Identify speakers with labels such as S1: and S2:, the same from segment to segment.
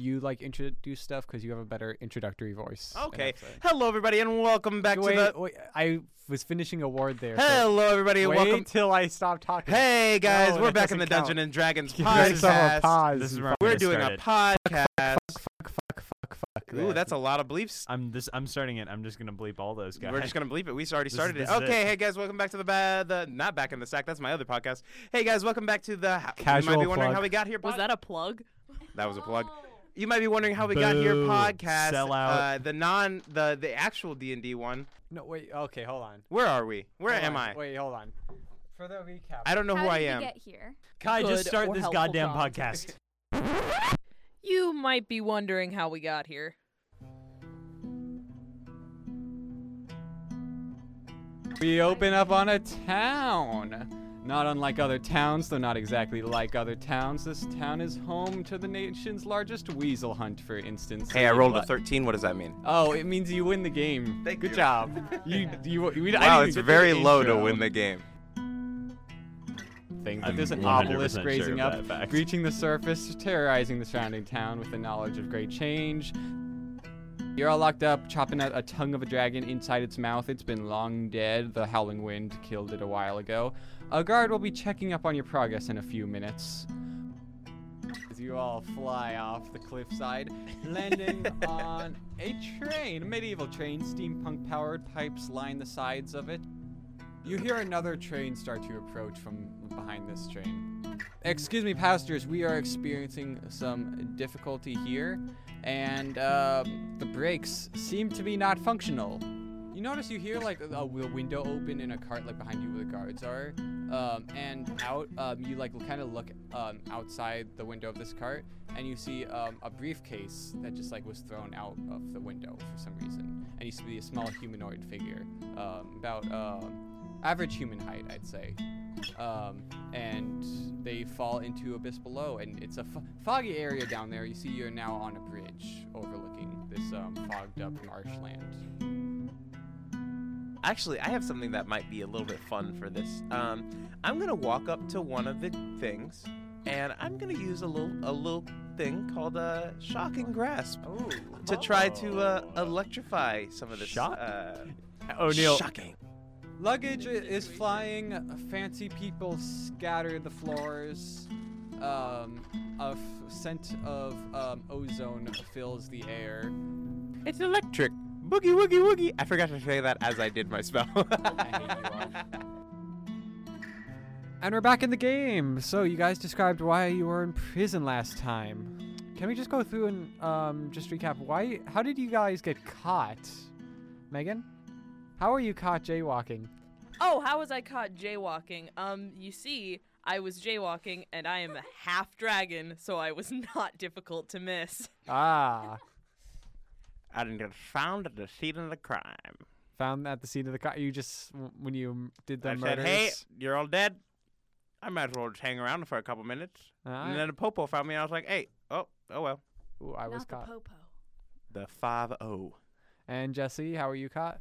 S1: you like introduce stuff because you have a better introductory voice. and
S2: Okay.
S1: everything.
S2: Hello, everybody, and welcome back
S1: wait,
S2: to the.
S1: wait, I was finishing a word there. so
S2: Hello, everybody, and
S1: wait
S2: welcome.
S1: till I stop talking.
S2: Hey, guys,
S1: No,
S2: we're
S1: that
S2: back in the
S1: doesn't
S2: Dungeon
S1: count.
S2: and Dragons
S1: Give yourself a
S2: podcast.
S1: pause.
S3: This is
S1: you
S3: where
S2: We're
S3: Get
S2: doing a
S3: started.
S2: podcast.
S1: fuck, fuck, fuck, fuck.
S2: Ooh, that's a lot of beliefs.
S3: I'm this. I'm starting it. I'm just gonna bleep all those guys.
S2: We're just gonna bleep it. We already
S3: This is-
S2: started
S3: this
S2: it.
S3: is it.
S2: Okay, hey guys, welcome back to the ba- the not back in the sack. That's my other podcast. Hey guys, welcome back to the. ho- you might
S1: Casual
S2: be wondering
S1: plug.
S2: how we got here.
S4: Was
S2: pod-
S4: that a plug?
S2: That was a plug.
S5: Oh.
S2: You might be wondering how we got here.
S3: Boo.
S2: Podcast.
S3: Sell out.
S2: Uh, the non the the actual D and D one.
S1: No, wait. Okay, hold on.
S2: Where are we? Where
S1: Hold
S2: am
S1: on.
S2: I?
S1: Wait, hold on. For the recap.
S2: I don't know
S5: How
S2: who
S5: did
S2: I
S5: we
S2: am.
S5: get here?
S3: Kai, just
S4: Good
S3: start
S4: or
S3: this
S4: helpful
S3: goddamn
S4: dog.
S3: podcast.
S4: You might be wondering how we got here.
S1: We open up on a town. Not unlike other towns, though not exactly like other towns, this town is home to the nation's largest weasel hunt, for instance.
S2: Hey, I rolled a
S1: But-
S2: thirteen. What does that mean?
S1: Oh, it means you win the game.
S2: Thank
S1: Good
S2: you.
S1: job. you, you, we, I
S2: Wow,
S1: didn't
S2: it's
S1: even get
S2: very
S1: the
S2: low to
S1: intro
S2: win the game.
S1: Thing, but
S3: I'm
S1: there's an
S3: 100%
S1: obelisk
S3: sure
S1: raising up,
S3: of that fact.
S1: breaching the surface, terrorizing the surrounding town with the knowledge of great change. You're all locked up, chopping out a tongue of a dragon inside its mouth. It's been long dead. The howling wind killed it a while ago. A guard will be checking up on your progress in a few minutes. As you all fly off the cliffside, landing on a train, a medieval train, steampunk powered pipes line the sides of it. You hear another train start to approach from behind this train. Excuse me, passengers, we are experiencing some difficulty here, and um the brakes seem to be not functional. You notice you hear like a, a wi- window open in a cart like behind you where the guards are, um, and out um, you like kind of look um, outside the window of this cart, and you see um, a briefcase that just like was thrown out of the window for some reason, and you see a small humanoid figure, um, about um average human height, I'd say, um, and they fall into abyss below, and it's a f- foggy area down there. You see you're now on a bridge overlooking this um, fogged up marshland.
S2: Actually, I have something that might be a little bit fun for this. Um, I'm gonna walk up to one of the things, and I'm gonna use a little a little thing called a shocking grasp
S1: Oh.
S2: to try to uh,
S3: Oh.
S2: electrify some of this.
S3: Shock?
S2: Uh,
S3: O'Neill.
S2: Shocking.
S1: Luggage i- is flying. Fancy people scatter the floors. Um, a f- scent of um, ozone fills the air.
S2: It's electric. Boogie woogie woogie. I forgot to say that as I did my spell.
S1: hate you And we're back in the game. So you guys described why you were in prison last time. Can we just go through and um, just recap why? How did you guys get caught, Megan? How are you caught jaywalking?
S4: Oh, how was I caught jaywalking? Um, you see, I was jaywalking and I am a half dragon, so I was not difficult to miss.
S1: Ah,
S2: I didn't get found at the scene of the crime.
S1: found at the scene of the car. You just when you did the
S2: I
S1: murders.
S2: said, "Hey, you're all dead. I might as well just hang around for a couple minutes."
S1: Ah,
S2: And then a popo found me, and I was like, "Hey, oh, oh well."
S1: ooh, I was
S5: Not the
S1: caught.
S5: popo.
S2: The five O.
S1: And Jesse, how are you caught?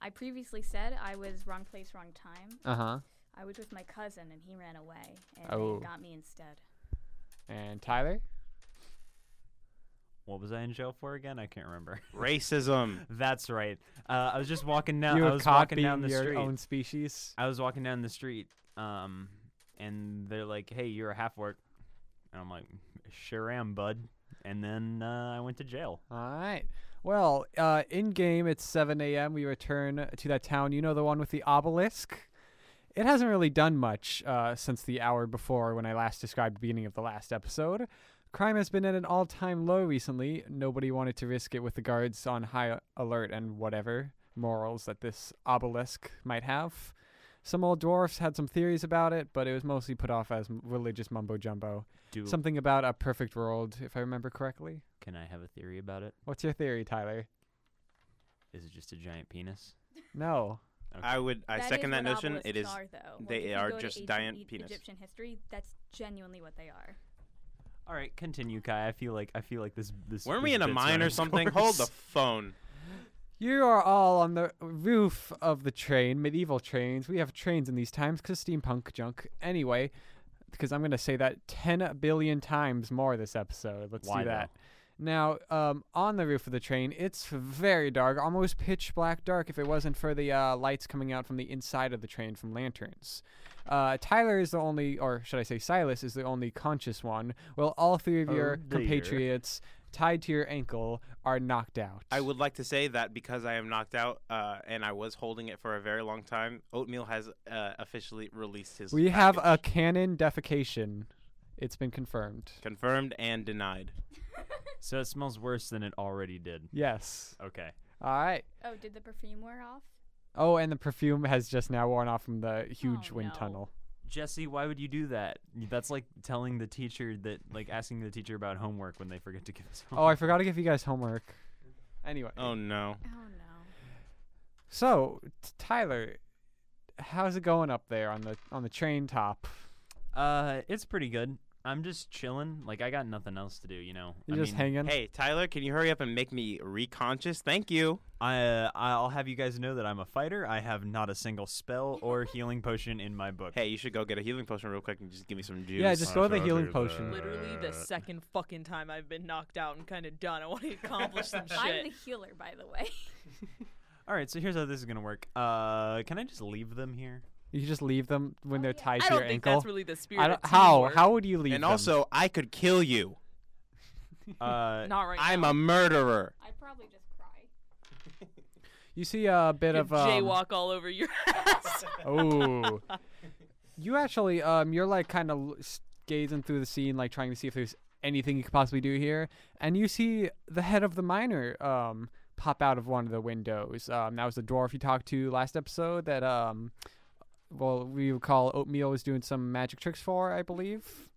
S5: I previously said I was wrong place, wrong time.
S1: Uh huh.
S5: I was with my cousin and he ran away, and
S1: Oh.
S5: they got me instead.
S1: And Tyler.
S3: What was I in jail for again? I can't remember.
S2: Racism.
S3: That's right. Uh, I was just walking down.
S1: you
S3: I
S1: were
S3: was
S1: caught
S3: walking
S1: being
S3: down the
S1: your
S3: street.
S1: own species.
S3: I was walking down the street, um, and they're like, "Hey, you're a half work," and I'm like, "Sure am, bud." And then uh, I went to jail.
S1: All right. Well, uh, in game, it's 7 a.m. We return to that town. You know the one with the obelisk? It hasn't really done much uh, since the hour before when I last described the beginning of the last episode. Crime has been at an all time low recently. Nobody wanted to risk it with the guards on high alert and whatever morals that this obelisk might have. Some old dwarfs had some theories about it, but it was mostly put off as m- religious mumbo jumbo.
S3: Do
S1: Something about a perfect world, if I remember correctly.
S3: can I have a theory about it?
S1: What's your theory, Tyler?
S3: Is it just a giant penis?
S1: No.
S2: I would. I
S5: That is
S2: second that
S5: what
S2: notion.
S5: obelisks
S2: It is.
S5: Are, though. Like,
S2: they
S5: if you
S2: are
S5: go to
S2: just
S5: ancient
S2: giant
S5: E-
S2: penis.
S5: Egyptian history. That's genuinely what they are.
S3: All right, continue, Kai. I feel like I feel like this. this
S2: Weren't
S3: this
S2: we in a
S3: bit's
S2: mine
S3: run
S2: or
S3: its
S2: something? Hold the
S3: course.
S2: phone.
S1: You are all on the roof of the train, medieval trains. We have trains in these times because steampunk junk. Anyway, because I'm going to say that 10 billion times more this episode. Let's
S3: Why,
S1: do
S3: though?
S1: that. Now, um, on the roof of the train, it's very dark, almost pitch black dark if it wasn't for the uh, lights coming out from the inside of the train from lanterns. Uh, Tyler is the only, or should I say, Silas is the only conscious one. Well, all three of
S3: Oh,
S1: your
S3: dear.
S1: compatriots tied to your ankle are knocked out.
S2: I would like to say that because I am knocked out uh, and I was holding it for a very long time, Oatmeal has uh, officially released his.
S1: We have a
S2: package.
S1: canon defecation. It's been confirmed.
S2: confirmed and denied.
S3: So it smells worse than it already did.
S1: Yes.
S3: Okay.
S1: All right.
S5: Oh, did the perfume wear off?
S1: Oh, and the perfume has just now worn off from the huge
S5: Oh,
S1: wind
S5: no.
S1: tunnel.
S3: Jesse, why would you do that? That's like telling the teacher that, like asking the teacher about homework when they forget to give us
S1: Oh, I
S3: homework.
S1: forgot to give you guys homework. Anyway.
S2: Oh no.
S5: Oh no.
S1: So, t- Tyler, how's it going up there on the on the train top?
S3: uh, it's pretty good. I'm just chilling. Like I got nothing else to do, you know.
S1: You
S3: I
S1: just
S3: mean,
S1: hanging?
S2: Hey Tyler, can you hurry up and make me reconscious? Thank you.
S3: I uh, I'll have you guys know that I'm a fighter. I have not a single spell or healing potion in my book.
S2: Hey, you should go get a healing potion real quick and just give me some juice. Uh,
S1: yeah, just go with the healing potion.
S4: Literally the second fucking time I've been knocked out and kind of done. I want to accomplish some
S5: I'm the
S4: shit.
S5: healer, by the way.
S3: All right, so here's how this is gonna work. Uh, can I just leave them here?
S1: You just leave them when they're
S5: yeah.
S1: tied
S4: I
S1: to your
S4: don't think
S1: ankle.
S4: that's really the spirit.
S1: I
S4: of
S1: don't- how
S4: teamwork.
S1: how would you leave
S2: and
S1: them?
S2: also, I could kill you.
S3: Uh,
S4: Not right.
S2: I'm
S4: now.
S2: a murderer.
S5: I probably just cry.
S1: you see a bit of um,
S4: jaywalk all over your ass.
S1: Oh. you actually, um, you're like kind of gazing through the scene, like trying to see if there's anything you could possibly do here, and you see the head of the miner, um, pop out of one of the windows. Um, that was the dwarf you talked to last episode. That um, well, we would call oatmeal was doing some magic tricks for, I believe.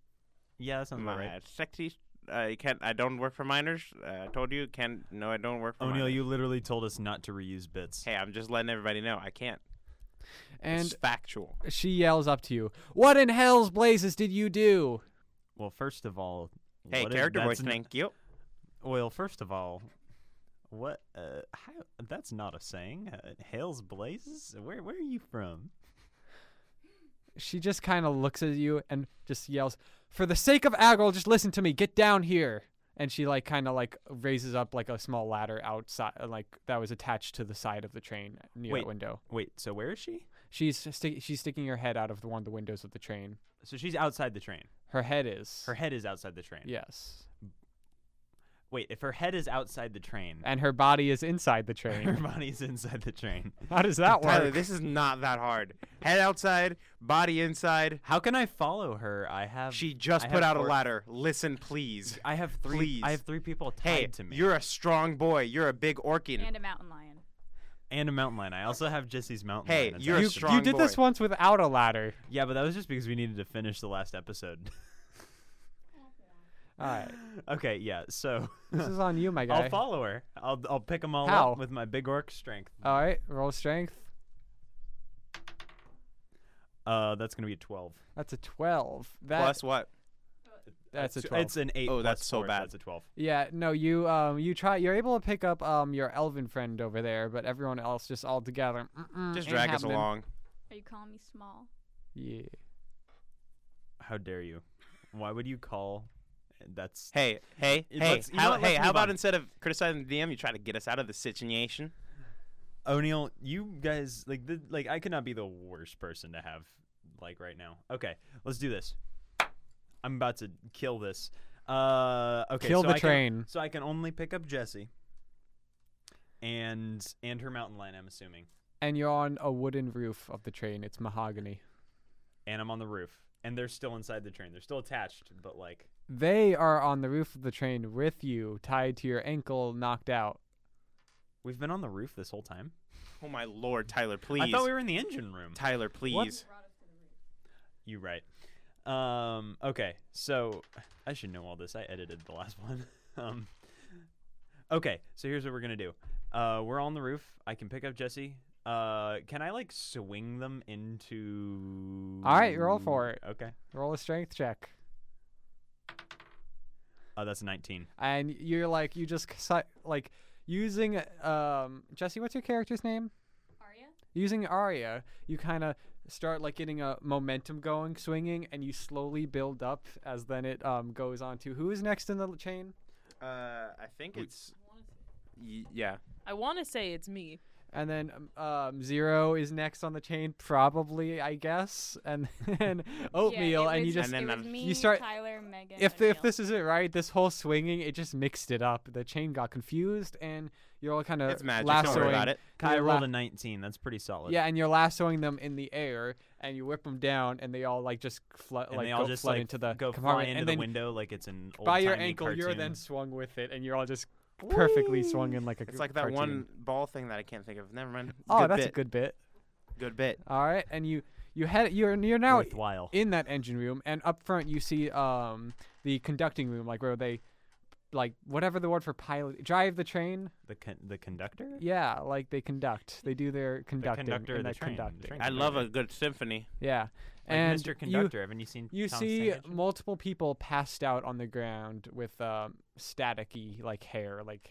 S3: yeah, that sounds about
S2: My
S3: right.
S2: sexy. Uh, you can't. I don't work for minors. Uh, I told you. Can't. No, I don't work for.
S3: O'Neill,
S2: minors.
S3: you literally told us not to reuse bits.
S2: Hey, I'm just letting everybody know. I can't.
S1: And
S2: it's factual.
S1: she yells up to you, "What in hell's blazes did you do?"
S3: Well, first of all,
S2: Hey,
S3: what if
S2: character
S3: that's
S2: voice.
S3: n-
S2: Thank you.
S3: Well, first of all, what? Uh, how, that's not a saying. Uh, Hales blazes. Where Where are you from?
S1: She just kind of looks at you and just yells, "For the sake of Agril, just listen to me. Get down here." And she like kind of like raises up like a small ladder outside, uh, like that was attached to the side of the train near
S3: Wait.
S1: that window.
S3: Wait, so where is she?
S1: She's sti- she's sticking her head out of the, one of the windows of the train.
S3: So she's outside the train.
S1: Her head is.
S3: Her head is outside the train.
S1: Yes.
S3: Wait, if her head is outside the train,
S1: And her body is inside the
S3: her
S1: train.
S3: body's inside the train.
S1: How does that
S2: Tyler,
S1: work?
S2: this is not that hard. Head outside, body inside.
S3: How can I follow her? I have.
S2: She just
S3: I
S2: put out
S3: have
S2: a
S3: four-
S2: ladder. Listen, please.
S3: I have three.
S2: Please.
S3: I have three people tied
S2: Hey,
S3: to me.
S2: you're a strong boy. You're a big orkin.
S5: And a mountain lion.
S3: and a mountain lion. I also have Jesse's mountain
S2: Hey,
S3: lion. that's
S2: you're a
S3: out-
S1: you, you
S2: strong
S1: did this
S2: boy.
S1: once without a ladder.
S3: yeah, but that was just because we needed to finish the last episode.
S1: All right.
S3: okay, yeah. So
S1: This is on you, my guy.
S3: I'll follow her. I'll I'll pick them all
S1: How?
S3: up with my big orc strength.
S1: All right. Roll strength.
S3: Uh, that's gonna be a twelve.
S1: That's a 12. That,
S2: Plus what?
S1: that's a
S3: It's-
S1: 12.
S3: It's an eight.
S2: Oh,
S3: plus
S2: that's so
S3: four,
S2: bad.
S3: That's a twelve.
S1: Yeah, no, you um you try you're able to pick up um your elven friend over there, but everyone else just all together. Mm-mm, Mm. ain't
S2: Just drag us
S1: happening.
S2: along.
S5: Are you calling me small?
S1: Yeah.
S3: How dare you? Why would you call? That's
S2: Hey, hey,
S3: Y-
S2: hey.
S3: let's- you know
S2: How,
S3: what, let's
S2: hey, how
S3: move
S2: about
S3: on.
S2: instead of criticizing the DM, you try to get us out of the situation?
S3: O'Neill. You guys like the, like I could not be the worst person to have like right now. Okay, let's do this. I'm about to kill this. Uh, okay.
S1: Kill
S3: so
S1: the
S3: I can-
S1: train.
S3: so I can only pick up Jesse. And and her mountain lion. I'm assuming.
S1: And you're on a wooden roof of the train. It's mahogany.
S3: And I'm on the roof. And they're still inside the train. They're still attached, but like
S1: They are on the roof of the train with you, tied to your ankle, knocked out.
S3: We've been on the roof this whole time.
S2: Oh my lord, Tyler, please.
S3: I thought we were in the engine room.
S2: Tyler, please.
S3: You right. Um, okay, so I should know all this. I edited the last one. um, okay, so here's what we're gonna do. Uh, we're on the roof. I can pick up Jesse. Uh, can I like swing them into?
S1: All right, roll for it.
S3: Okay.
S1: Roll a strength check.
S3: Oh, that's a 19.
S1: And you're like you just si- like using um Jesse, what's your character's name?
S5: Arya?
S1: Using Arya, you kind of start like getting a momentum going, swinging, and you slowly build up as then it um, goes on to who is next in the l- chain.
S2: Uh, I think it's. Y- yeah.
S4: I want to say it's me.
S1: And then um, um, zero is next on the chain, probably, I guess. And then oatmeal,
S5: yeah, it
S1: and you
S5: was-
S1: just
S2: And then
S5: it was
S2: I'm-
S5: me,
S1: You start-
S5: Tyler, Megan.
S1: if if
S5: Oatmeal.
S1: this is it right, this whole swinging it just mixed it up. The chain got confused, and you're all kind of
S2: It's magic.
S1: Lassoing.
S2: Don't worry about it.
S3: I
S1: you're
S3: rolled
S1: la-
S3: a 19. That's pretty solid.
S1: Yeah, and you're lassoing them in the air, and you whip them down, and they all like just fl-
S3: And
S1: like
S3: they all
S1: go
S3: just
S1: flood
S3: like
S1: into the
S3: go fly
S1: compartment,
S3: into
S1: and
S3: the
S1: then
S3: window like it's an old
S1: by your ankle you're then swung with it, and you're all just perfectly swung in like a.
S2: It's like that
S1: cartoon.
S2: one ball thing that I can't think of. Never mind.
S1: Oh,
S2: Good
S1: that's
S2: bit.
S1: a good bit.
S2: good bit.
S1: All right, and you you head you're you're now
S3: worthwhile.
S1: in that engine room, and up front you see um the conducting room, like where they like whatever the word for pilot drive the train.
S3: the con- the conductor.
S1: Yeah, like they conduct. They do their
S3: the
S1: conducting.
S3: conductor of
S1: and
S3: the
S1: they
S3: train. the
S1: conducting.
S3: train
S2: I love a
S3: conductor.
S2: good symphony.
S1: Yeah,
S3: Like
S1: and
S3: Mr.
S1: you
S3: Conductor. haven't you um, seen?
S1: you
S3: Tom
S1: see
S3: Sanguine?
S1: multiple people passed out on the ground with um, staticky like hair like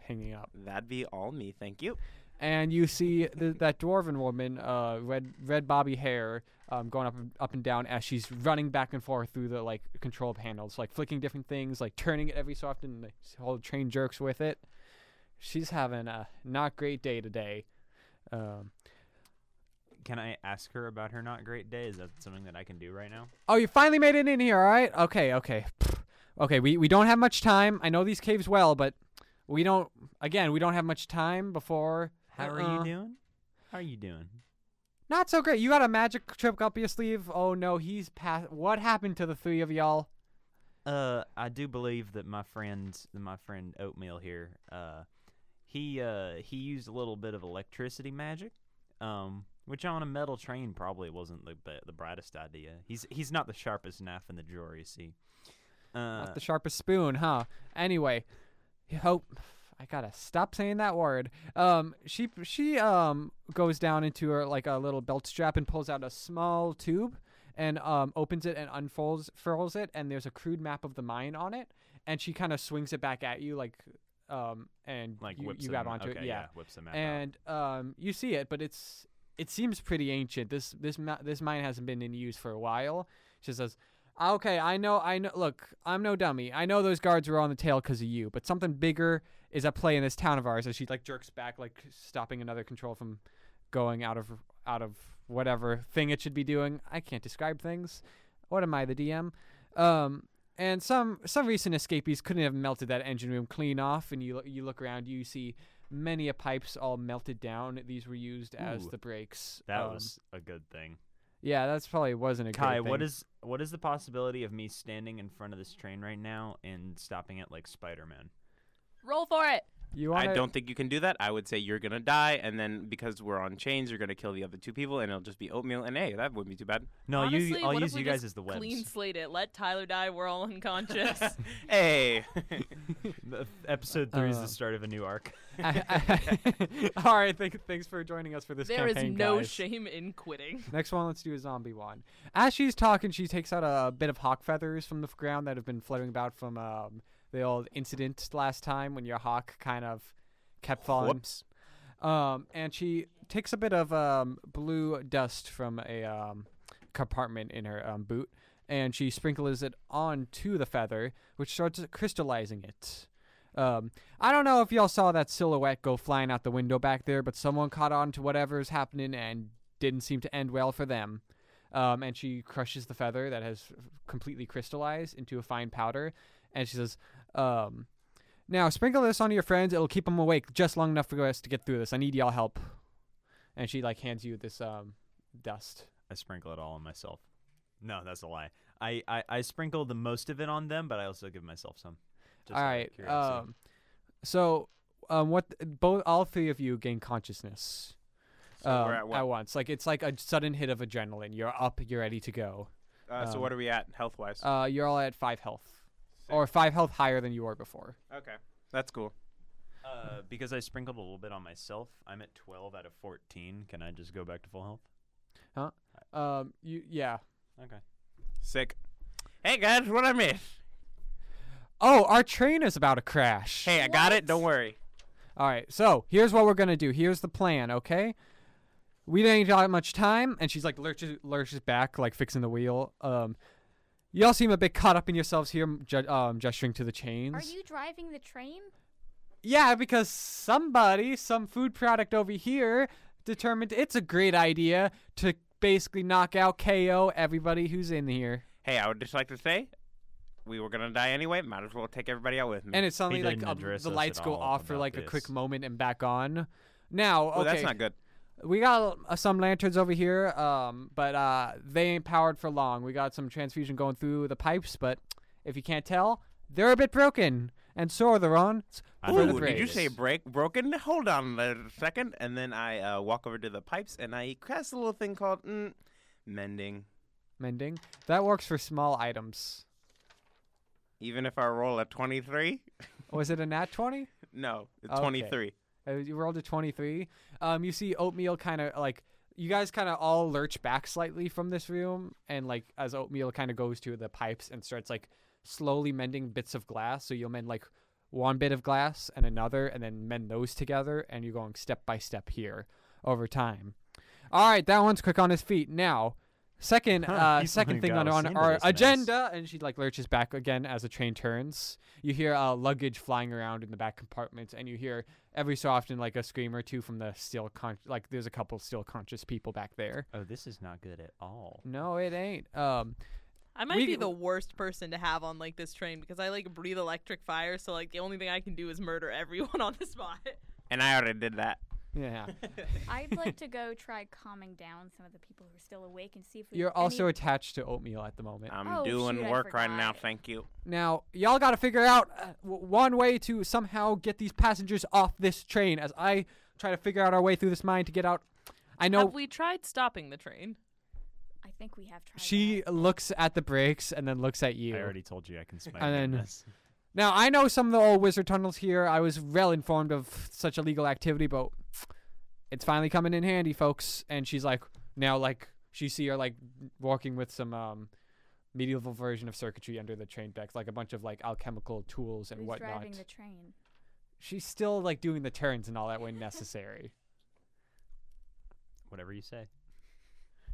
S1: hanging up,
S2: That'd be all me. Thank you.
S1: and you see the, that dwarven woman, uh, red red bobby hair. Um, going up and up and down as she's running back and forth through the like control panels, like flicking different things, like turning it every so often. And the whole train jerks with it. She's having a not great day today. Um,
S3: Can I ask her about her not great day? Is that something that I can do right now?
S1: Oh, you finally made it in here, all right? Okay, okay. Pfft. Okay, we, we don't have much time. I know these caves well, but we don't, again, we don't have much time before.
S3: How are
S1: Uh-uh.
S3: you doing? How are you doing?
S1: Not so great. You got a magic trick up your sleeve? Oh, no, he's passed. What happened to the three of y'all?
S3: Uh, I do believe that my friend, that my friend Oatmeal here, uh, he uh he used a little bit of electricity magic, um, which on a metal train probably wasn't the be- the brightest idea. He's he's not the sharpest knife in the drawer, you see. Uh,
S1: Not the sharpest spoon, huh? Anyway, you hope I gotta stop saying that word. Um, she she um goes down into her like a little belt strap and pulls out a small tube and um opens it and unfolds furls it and there's a crude map of the mine on it and she kind of swings it back at you like um and
S3: like
S1: you,
S3: whips
S1: you
S3: him-
S1: grab onto
S3: okay,
S1: it yeah
S3: whips them out.
S1: and um, you see it, but it's it seems pretty ancient. This this ma- this mine hasn't been in use for a while. She says, "Okay, I know, I know. Look, I'm no dummy. I know those guards were on the tail because of you, but something bigger is at play in this town of ours." As she like jerks back, like stopping another control from going out of out of whatever thing it should be doing. I can't describe things. What am I, the DM? Um, and some some recent escapees couldn't have melted that engine room clean off. And you lo- you look around, you see many a pipes all melted down. These were used as
S3: Ooh.
S1: the brakes.
S3: that
S1: Um,
S3: was a good thing.
S1: yeah, that's probably wasn't a
S3: Kai,
S1: great thing.
S3: what is what is the possibility of me standing in front of this train right now and stopping it like Spider-Man?
S4: Roll for it.
S1: you want?
S2: I don't think you can do that. I would say you're gonna die, and then because we're on chains, you're gonna kill the other two people, and it'll just be oatmeal and hey, that wouldn't be too bad.
S3: No,
S4: Honestly,
S3: you. I'll
S4: what
S3: use
S4: if we
S3: you guys
S4: just
S3: as the webs.
S4: Clean slate it. Let Tyler die. We're all unconscious.
S2: Hey,
S3: The- Episode three is
S1: Uh,
S3: the start of a new arc.
S1: all right, thank, thanks for joining us for this
S4: there is
S1: campaign,
S4: no
S1: guys.
S4: shame in quitting.
S1: Next one, let's do a zombie one. As she's talking, she takes out a bit of hawk feathers from the f- ground that have been fluttering about from um, the old incident last time when your hawk kind of kept falling.
S2: whoops.
S1: Um, and she takes a bit of um, blue dust from a um, compartment in her um, boot, and she sprinkles it onto the feather, which starts crystallizing it. Um, I don't know if y'all saw that silhouette go flying out the window back there, but someone caught on to whatever's happening and didn't seem to end well for them. Um, and she crushes the feather that has completely crystallized into a fine powder, and she says, um, now, sprinkle this onto your friends. It'll keep them awake just long enough for us to get through this. I need y'all help. And she like hands you this um dust.
S3: I sprinkle it all on myself. No, that's a lie. I, I, I sprinkle the most of it on them, but I also give myself some. Just
S1: all
S3: out of
S1: right.
S3: curiosity.
S1: Um, so um, what both all three of you gain consciousness
S2: So
S1: um,
S2: we're at what?
S1: once. Like it's like a sudden hit of adrenaline. You're up. You're ready to go.
S2: Uh, so
S1: um,
S2: what are we at health wise?
S1: Uh, you're all at five health, or five health higher than you were before.
S2: okay, that's cool.
S3: uh, because I sprinkled a little bit on myself, I'm at 12 out of 14. Can I just go back to full health?
S1: Um, you yeah.
S3: Okay.
S2: Sick. Hey guys, what I miss?
S1: Oh, our train is about to crash.
S2: Hey, I got it. Don't worry.
S1: All right. So here's what we're gonna do. Here's the plan. Okay. we didn't got much time. And she's like lurches, lurches back, like fixing the wheel. Um, y'all seem a bit caught up in yourselves here, ju- um, gesturing to the chains.
S5: Are you driving the train?
S1: Yeah, because somebody, some food product over here, determined it's a great idea to basically knock out KO everybody who's in here.
S2: Hey, I would just like to say, we were gonna die anyway. Might as well take everybody out with me.
S1: And it's suddenly like
S3: didn't
S1: um,
S3: address
S1: the
S3: us
S1: lights
S3: at
S1: go
S3: all
S1: off for
S3: about
S1: like a quick
S3: this.
S1: moment and back on. Now, okay,
S2: oh, that's not good.
S1: we got uh, some lanterns over here, um, but uh, they ain't powered for long. We got some transfusion going through the pipes, but if you can't tell, they're a bit broken, and so are the runs.
S3: I
S1: for
S3: know
S1: the
S2: Ooh, did you
S1: grades.
S2: say break broken? Hold on a second, and then I uh, walk over to the pipes and I cast a little thing called mm, mending.
S1: mending? That works for small items.
S2: Even if I roll a twenty-three,
S1: Was it a nat twenty?
S2: no, it's
S1: Okay.
S2: twenty-three.
S1: Uh, you rolled a 23. Um, you see oatmeal kind of like you guys kind of all lurch back slightly from this room, and like as oatmeal kind of goes to the pipes and starts like slowly mending bits of glass. So you'll mend like one bit of glass and another, and then mend those together, and you're going step by step here over time. All right, that one's quick on his feet now. Second,
S3: Huh,
S1: uh,
S3: he's
S1: second
S3: finally
S1: thing on,
S3: got us
S1: on
S3: into
S1: our
S3: this mess.
S1: agenda, and she like lurches back again as the train turns. You hear uh, luggage flying around in the back compartments, and you hear every so often like a scream or two from the still con- like there's a couple still conscious people back there.
S3: Oh, this is not good at all.
S1: No, it ain't. Um,
S4: I might
S1: We-
S4: be the worst person to have on like this train because I like breathe electric fire, so like the only thing I can do is murder everyone on the spot.
S2: And I already did that.
S1: yeah,
S5: I'd like to go try calming down some of the people who are still awake and see if we.
S1: you're
S5: any-
S1: also attached to oatmeal at the moment.
S2: I'm
S5: Oh,
S2: doing
S5: shoot, I
S2: work right now.
S5: forgot.
S2: Thank you.
S1: Now, y'all got to figure out uh, w- one way to somehow get these passengers off this train. As I try to figure out our way through this mine to get out. I know
S4: Have we tried stopping the train?
S5: I think we have tried.
S1: She
S5: that.
S1: looks at the brakes and then looks at you.
S3: I already told you I can smite.
S1: And then-
S3: this.
S1: Now I know some of the old wizard tunnels here. I was well informed of such illegal activity, but it's finally coming in handy, folks. And she's like, now like she see her like walking with some um medieval version of circuitry under the train decks, like a bunch of like alchemical tools and
S5: Who's
S1: whatnot.
S5: driving the train?
S1: she's still like doing the turns and all that when necessary.
S3: whatever you say.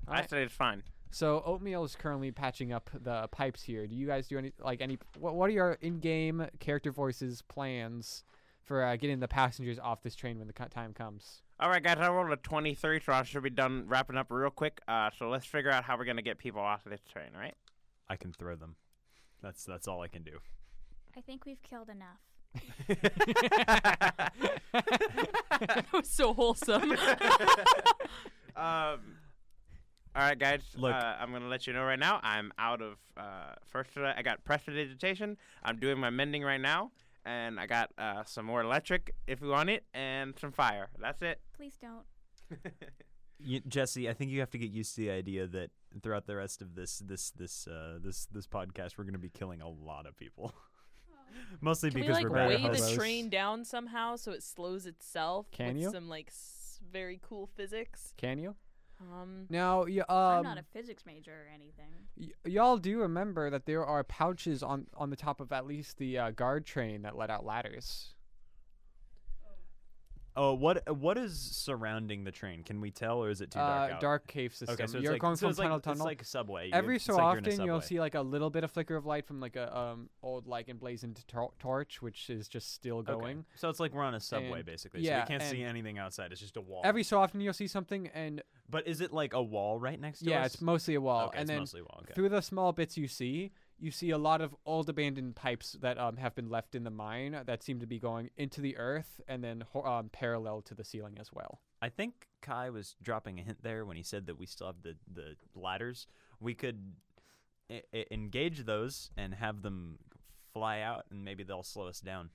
S1: All
S2: I
S1: right.
S2: said it's fine.
S1: So oatmeal is currently patching up the pipes here. Do you guys do any like any? What, what are your in-game character voices plans for uh, getting the passengers off this train when the co- time comes?
S2: All right, guys, I rolled a twenty-three, so I should be done wrapping up real quick. Uh, so let's figure out how we're gonna get people off of this train, right?
S3: I can throw them. That's that's all I can do.
S5: I think we've killed enough.
S4: That was so wholesome.
S2: Um. All right, guys.
S3: Look.
S2: uh, I'm gonna let you know right now. I'm out of uh, first. uh, I got prestidigitation. I'm doing my mending right now, and I got uh, some more electric if you want it, and some fire. That's it.
S5: Please don't.
S3: You, Jesse, I think you have to get used to the idea that throughout the rest of this this this uh, this this podcast, we're going to be killing a lot of people. Mostly
S4: Can we
S3: because
S4: like
S3: are
S1: better
S4: weigh
S3: bad
S4: the
S1: hobos.
S4: train down somehow so it slows itself?
S1: Can
S4: with
S1: you?
S4: Some like s- very cool physics.
S1: Can you?
S4: Um,
S1: Now, y-
S5: I'm
S1: um,
S5: not a physics major or anything.
S1: y- y'all do remember that there are pouches on on the top of at least the uh, guard train that let out ladders.
S3: Oh, what uh, what is surrounding the train? Can we tell, or is it too dark?
S1: uh,
S3: out?
S1: dark cave system.
S3: Okay, so it's
S1: you're
S3: like,
S1: going
S3: so
S1: from
S3: it's like,
S1: tunnel
S3: it's
S1: to tunnel.
S3: like a subway. You-
S1: Every
S3: it's
S1: so
S3: like you're in a
S1: often, you'll
S3: subway.
S1: see like a little bit of flicker of light from like a um, old like emblazoned tor- torch, which is just still
S3: Okay.
S1: going.
S3: So it's like we're on a subway
S1: and-
S3: basically.
S1: yeah,
S3: so we can't see
S1: and-
S3: anything outside. It's just a wall.
S1: Every so often, you'll see something, and
S3: but is it like a wall right next to us?
S1: yeah, it's mostly a wall.
S3: Okay,
S1: and
S3: it's
S1: then
S3: mostly a wall. Okay.
S1: through the small bits you see, you see a lot of old abandoned pipes that um, have been left in the mine that seem to be going into the earth and then ho- um, parallel to the ceiling as well.
S3: I think Kai was dropping a hint there when he said that we still have the, the ladders. We could I- I- engage those and have them fly out, and maybe they'll slow us down.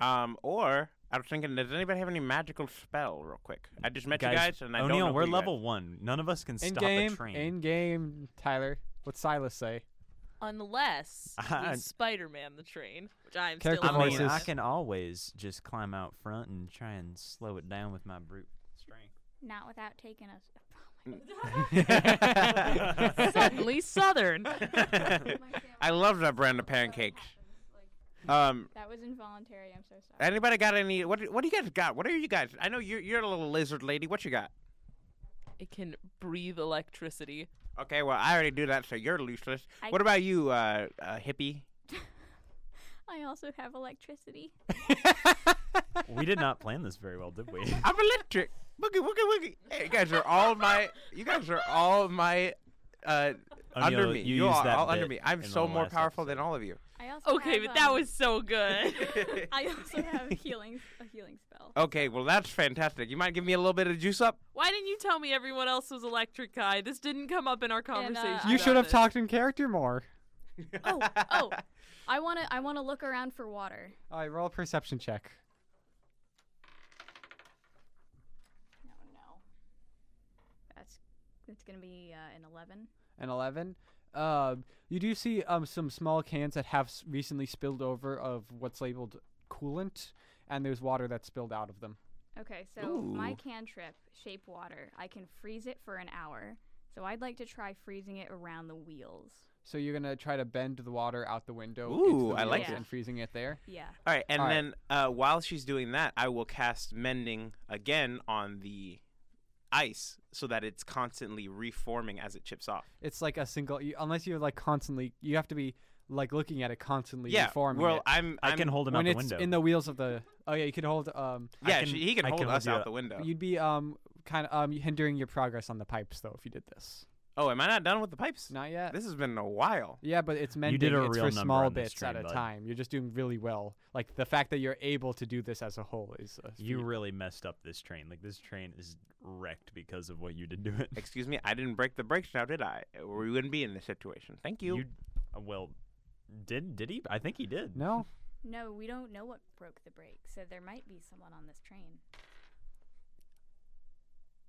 S2: Um. Or I was thinking, does anybody have any magical spell, real quick? I just met you guys, and I don't
S3: O'Neill,
S2: know.
S3: we're
S2: who you guys-
S3: level one. None of us can
S1: In
S3: stop a
S1: game,
S3: train.
S1: in game, Tyler. What's Silas say?
S4: unless
S3: I-
S4: we Spider-Man the train, which I'm
S1: Character
S4: still
S3: I mean, I
S1: voices.
S3: can always just climb out front and try and slow it down with my brute
S5: Not without taking us. Oh
S1: Mm.
S5: my
S3: strength.
S4: Suddenly Southern.
S5: Oh
S2: I love that brand of pancakes. Um.
S5: That was involuntary. I'm so sorry.
S2: Anybody got any? What? do- What do you guys got? What are you guys? I know you're you're a little lizard lady. What you got?
S4: It can breathe electricity.
S2: Okay, well, I already do that, so you're useless.
S5: I-
S2: What about you, uh, uh hippie?
S5: I also have electricity.
S3: we did not plan this very well, did we?
S2: I'm electric. Boogie, woogie, woogie. Hey, you guys are all my. You guys are all my. Uh, under
S3: O'Neill,
S2: me.
S3: you
S2: You,
S3: used
S2: are
S3: that
S2: all under
S3: bit
S2: me. I'm
S3: in
S2: so
S3: one of the
S2: more
S3: last
S2: powerful
S3: episodes.
S2: than all of you.
S5: I also
S4: Okay,
S5: have,
S4: but that
S5: um,
S4: was so good.
S5: I also have healing a healing spell.
S2: okay, well that's fantastic. You might give me a little bit of juice up.
S4: Why didn't you tell me everyone else was electric guy? This didn't come up in our conversation.
S5: I
S1: You
S5: love
S1: should have
S4: about it.
S1: talked in character more.
S5: Oh, oh. I want to I want to look around for water.
S1: All right, roll a perception check.
S5: No, no. That's that's going to be uh, an 11.
S1: An 11. Um, you do see um, some small cans that have s- recently spilled over of what's labeled coolant, and there's water that's spilled out of them.
S5: Okay, so my cantrip shape water. I can freeze it for an hour. So I'd like to try freezing it around the wheels.
S1: So you're gonna try to bend the water out the window. into
S2: Ooh,
S1: the
S2: I like
S1: wheels
S5: that.
S1: and freezing it there.
S5: Yeah.
S2: All right, and
S1: All right.
S2: then uh, while she's doing that, I will cast mending again on the ice so that it's constantly reforming as it chips off.
S1: It's like a single, you, unless you're like constantly, you have to be like looking at it constantly.
S2: yeah.
S1: reforming
S2: well,
S1: it.
S2: I'm,
S3: I
S2: I'm-
S3: can hold him
S1: when
S3: out the
S1: it's
S3: window.
S1: in the wheels of the. Oh yeah, you could hold. Um,
S3: I
S2: Yeah,
S3: can-
S2: she, he can
S3: I
S2: hold
S3: can
S2: us
S3: hold you
S2: out
S3: up.
S2: the window.
S1: you'd be um kind of um hindering your progress on the pipes though if you did this.
S2: Oh, am I not done with the pipes?
S1: Not yet.
S2: This has been a while.
S1: Yeah, but it's meant
S3: did a
S1: it's
S3: real
S1: for
S3: number
S1: small
S3: on this
S1: bits at
S3: stream,
S1: a
S3: bud.
S1: time. You're just doing really well. Like the fact that you're able to do this as a whole is. A
S3: you
S1: feat.
S3: really messed up this train. Like this train is wrecked because of what you did to it.
S2: Excuse me, I didn't break the brakes now, did I? Or We wouldn't be in this situation. Thank you.
S3: uh, well, did did he? I think he did.
S1: no.
S5: No, we don't know what broke the brake, so there might be someone on this train.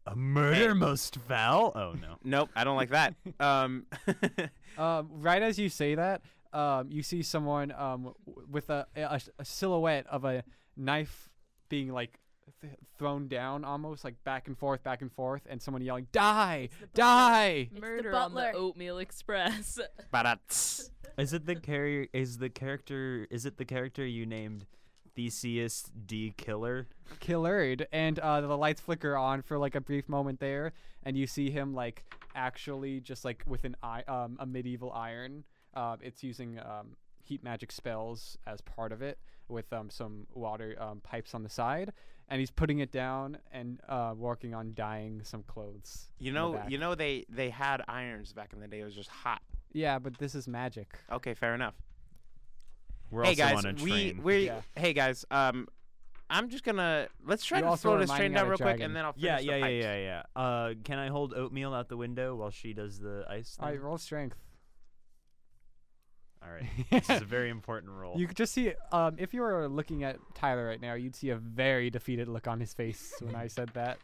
S3: A murder most foul. Oh no.
S2: Nope, I don't like that. um,
S1: Um, right as you say that, um, you see someone um w- with a, a a silhouette of a knife being like. Th- thrown down almost like back and forth back and forth and someone yelling die
S5: It's the butler.
S1: die
S5: It's the
S4: Murder on the
S5: butler.
S4: Oatmeal Express.
S2: ba-da-ts.
S3: Is it the carrier? Is the character? Is it the character you named Theseus D Killer?
S1: Killard, and uh, the lights flicker on for like a brief moment there, and you see him like actually just like with an eye, um, a medieval iron. Uh, it's using um, heat magic spells as part of it, with um, some water um, pipes on the side, and he's putting it down and uh, working on dyeing some clothes.
S2: You
S1: in the
S2: know,
S1: back.
S2: you know they they had irons back in the day. It was just hot.
S1: Yeah, but this is magic.
S2: Okay, fair enough.
S3: We're
S2: hey
S3: also
S2: guys,
S3: on a
S2: we
S3: train.
S2: we
S1: Yeah.
S2: hey guys. Um, I'm just gonna let's try
S1: You
S2: to
S1: also
S2: slow
S1: are
S2: this
S1: mining
S2: train
S1: out
S2: down
S1: a
S2: real quick,
S1: dragon.
S2: and then I'll finish
S3: yeah,
S2: the
S3: yeah, yeah,
S2: pipes.
S3: yeah, yeah. Uh, can I hold oatmeal out the window while she does the ice?
S1: All right,
S3: thing?
S1: roll strength.
S3: All right. this is a very important role.
S1: You could just see, um, if you were looking at Tyler right now, you'd see a very defeated look on his face when I said that.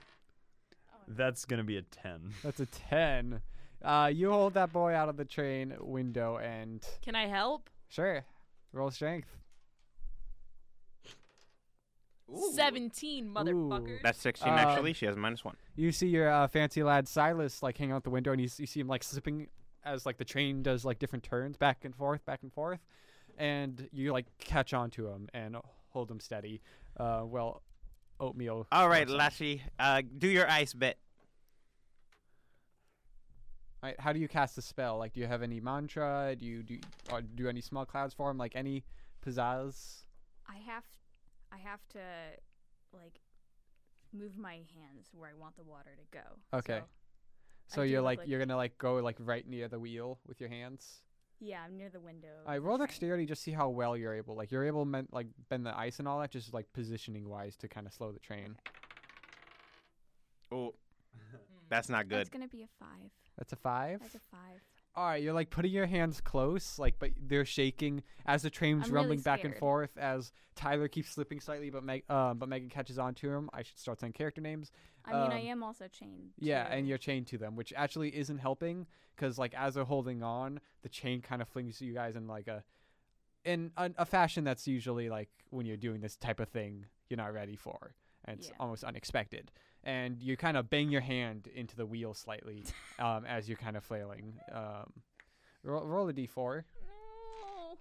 S3: That's gonna be a ten.
S1: That's a 10. Uh, you hold that boy out of the train window and
S4: Can I help?
S1: sure, roll strength.
S2: Ooh.
S4: 17, motherfucker.
S2: That's sixteen.
S1: Um,
S2: actually, she has minus one.
S1: You see your uh, fancy lad Silas like hang out the window and you, s- you see him like slipping as like the train does like different turns back and forth, back and forth. And you like catch on to him and hold him steady. Uh, well, oatmeal.
S2: All right,
S1: works on.
S2: Lassie, uh, do your ice bit.
S1: All right, how do you cast a spell? Like, do you have any mantra? Do you do or do any small clouds form? Like any pizzazz?
S5: I have I have to like move my hands where I want the water to go.
S1: Okay.
S5: So,
S1: So
S5: I do
S1: you're
S5: have,
S1: like,
S5: like-
S1: you're gonna like go like right near the wheel with your hands.
S5: yeah, I'm near the window. of
S1: I
S5: the
S1: roll
S5: train.
S1: dexterity just see how well you're able. Like you're able meant like bend the ice and all that, just like positioning wise to kind of slow the train.
S2: Oh, that's not good.
S5: That's going to be a 5.
S1: That's a five.
S5: That's a 5.
S1: all right, you're like putting your hands close, like but they're shaking as the train's
S5: I'm really
S1: rumbling back and
S5: scared.
S1: forth as Tyler keeps slipping slightly, but Meg, uh, but Megan catches on to him. I should start saying character names.
S5: I mean, I
S1: Um,
S5: am also chained.
S1: Yeah,
S5: to-
S1: and you're chained to them, which actually isn't helping because, like, as they're holding on, the chain kind of flings you guys in like a in a, a fashion that's usually like when you're doing this type of thing you're not ready for, and it's
S5: Yeah.
S1: almost unexpected. And you kind of bang your hand into the wheel slightly um, as you're kind of flailing. Um, roll, roll a d4.
S5: No.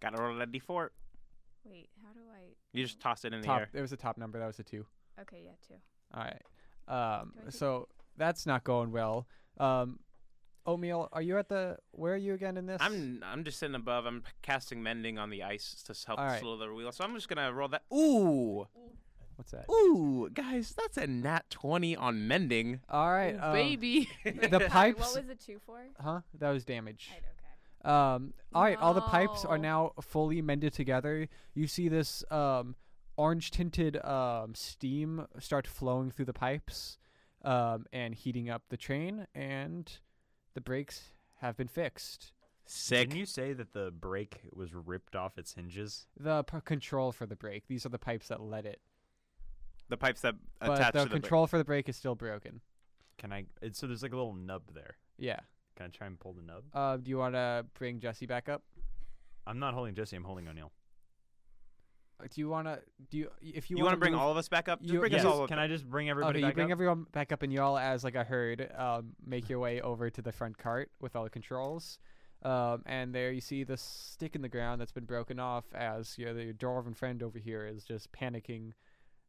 S2: Gotta roll a d4.
S5: Wait, how do I?
S2: You just toss it in the
S1: Top.
S2: air.
S1: It was a top number. That was a two.
S5: Okay, yeah, two.
S1: All right. Um,
S5: Do I take-
S1: so that's not going well. Um, O'Meal, are you at the? Where are you again in this?
S2: I'm I'm just sitting above. I'm casting mending on the ice to s- help
S1: All right.
S2: slow the wheel. So I'm just gonna roll that. Ooh,
S1: What's that?
S2: ooh, guys, that's a nat twenty on mending.
S1: All right,
S4: Ooh,
S1: um,
S4: baby.
S1: The
S5: Sorry, what
S1: pipes,
S5: was the two for?
S1: huh? That was damage.
S5: I, okay.
S1: Um, all right, all the pipes are
S5: No.
S1: now fully mended together. You see this um, orange tinted um, steam start flowing through the pipes um, and heating up the train, and the brakes have been fixed.
S2: Sick.
S3: Can you say that the brake was ripped off its hinges?
S1: The p- control for the brake, these are the pipes that let it.
S2: the pipes that
S1: But
S2: attach
S1: the
S2: to the bra-
S1: control for the brake is still broken.
S3: Can I? It, so there's like a little nub there.
S1: Yeah.
S3: Can I try and pull the nub?
S1: Uh, do you want to bring Jesse back up?
S3: I'm not holding Jesse. I'm holding O'Neill.
S1: Uh, Do you want to do you, if you,
S2: You, want to bring
S1: move-
S2: all of us back up? Just
S1: you-
S2: bring
S1: yes.
S2: us all up.
S3: Can I just bring
S1: Okay,
S3: everybody
S1: Oh, you
S3: back
S1: bring
S3: up?
S1: everyone back up, and you all, as like a herd, um, make your way over to the front cart with all the controls. Um, and there you see the stick in the ground that's been broken off as your, your dwarven friend over here is just panicking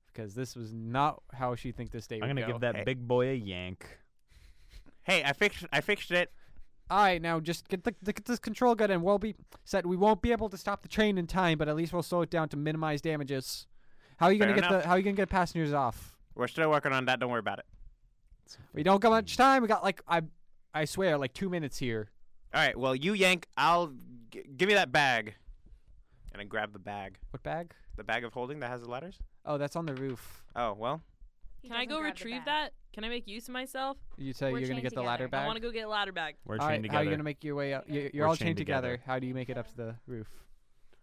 S1: because this was not how she think this day
S3: I'm
S1: would
S3: gonna
S1: go.
S3: give that
S2: Hey.
S3: big boy a yank.
S2: Hey, I fixed I fixed it.
S1: All right, now just get, the, the, get this control gun and we'll be set. We won't be able to stop the train in time, but at least we'll slow it down to minimize damages. How are you gonna
S2: Fair
S1: get
S2: enough.
S1: the How are you gonna get passengers off?
S2: We're still working on that. Don't worry about it.
S1: We don't got much
S3: Hmm.
S1: time. We got like I, I swear, like two minutes here.
S2: All right. Well, you yank. I'll g- give me that bag. And I grab the bag.
S1: What bag?
S2: The bag of holding that has the letters.
S1: Oh, that's on the roof.
S2: Oh well.
S5: He
S4: Can I
S5: doesn't
S4: go
S5: grab the
S4: retrieve
S5: bag.
S4: that? Can I make use of myself?
S1: You say
S5: We're
S1: you're gonna
S5: chained
S1: get the ladder
S5: together.
S1: back.
S4: I want to go get ladder bag.
S3: We're
S1: All
S3: chained
S1: right,
S3: together.
S1: how are you gonna make your way up? You- You're
S3: We're
S1: all chained
S3: chained
S1: together.
S3: together.
S1: How do you make it up to the roof?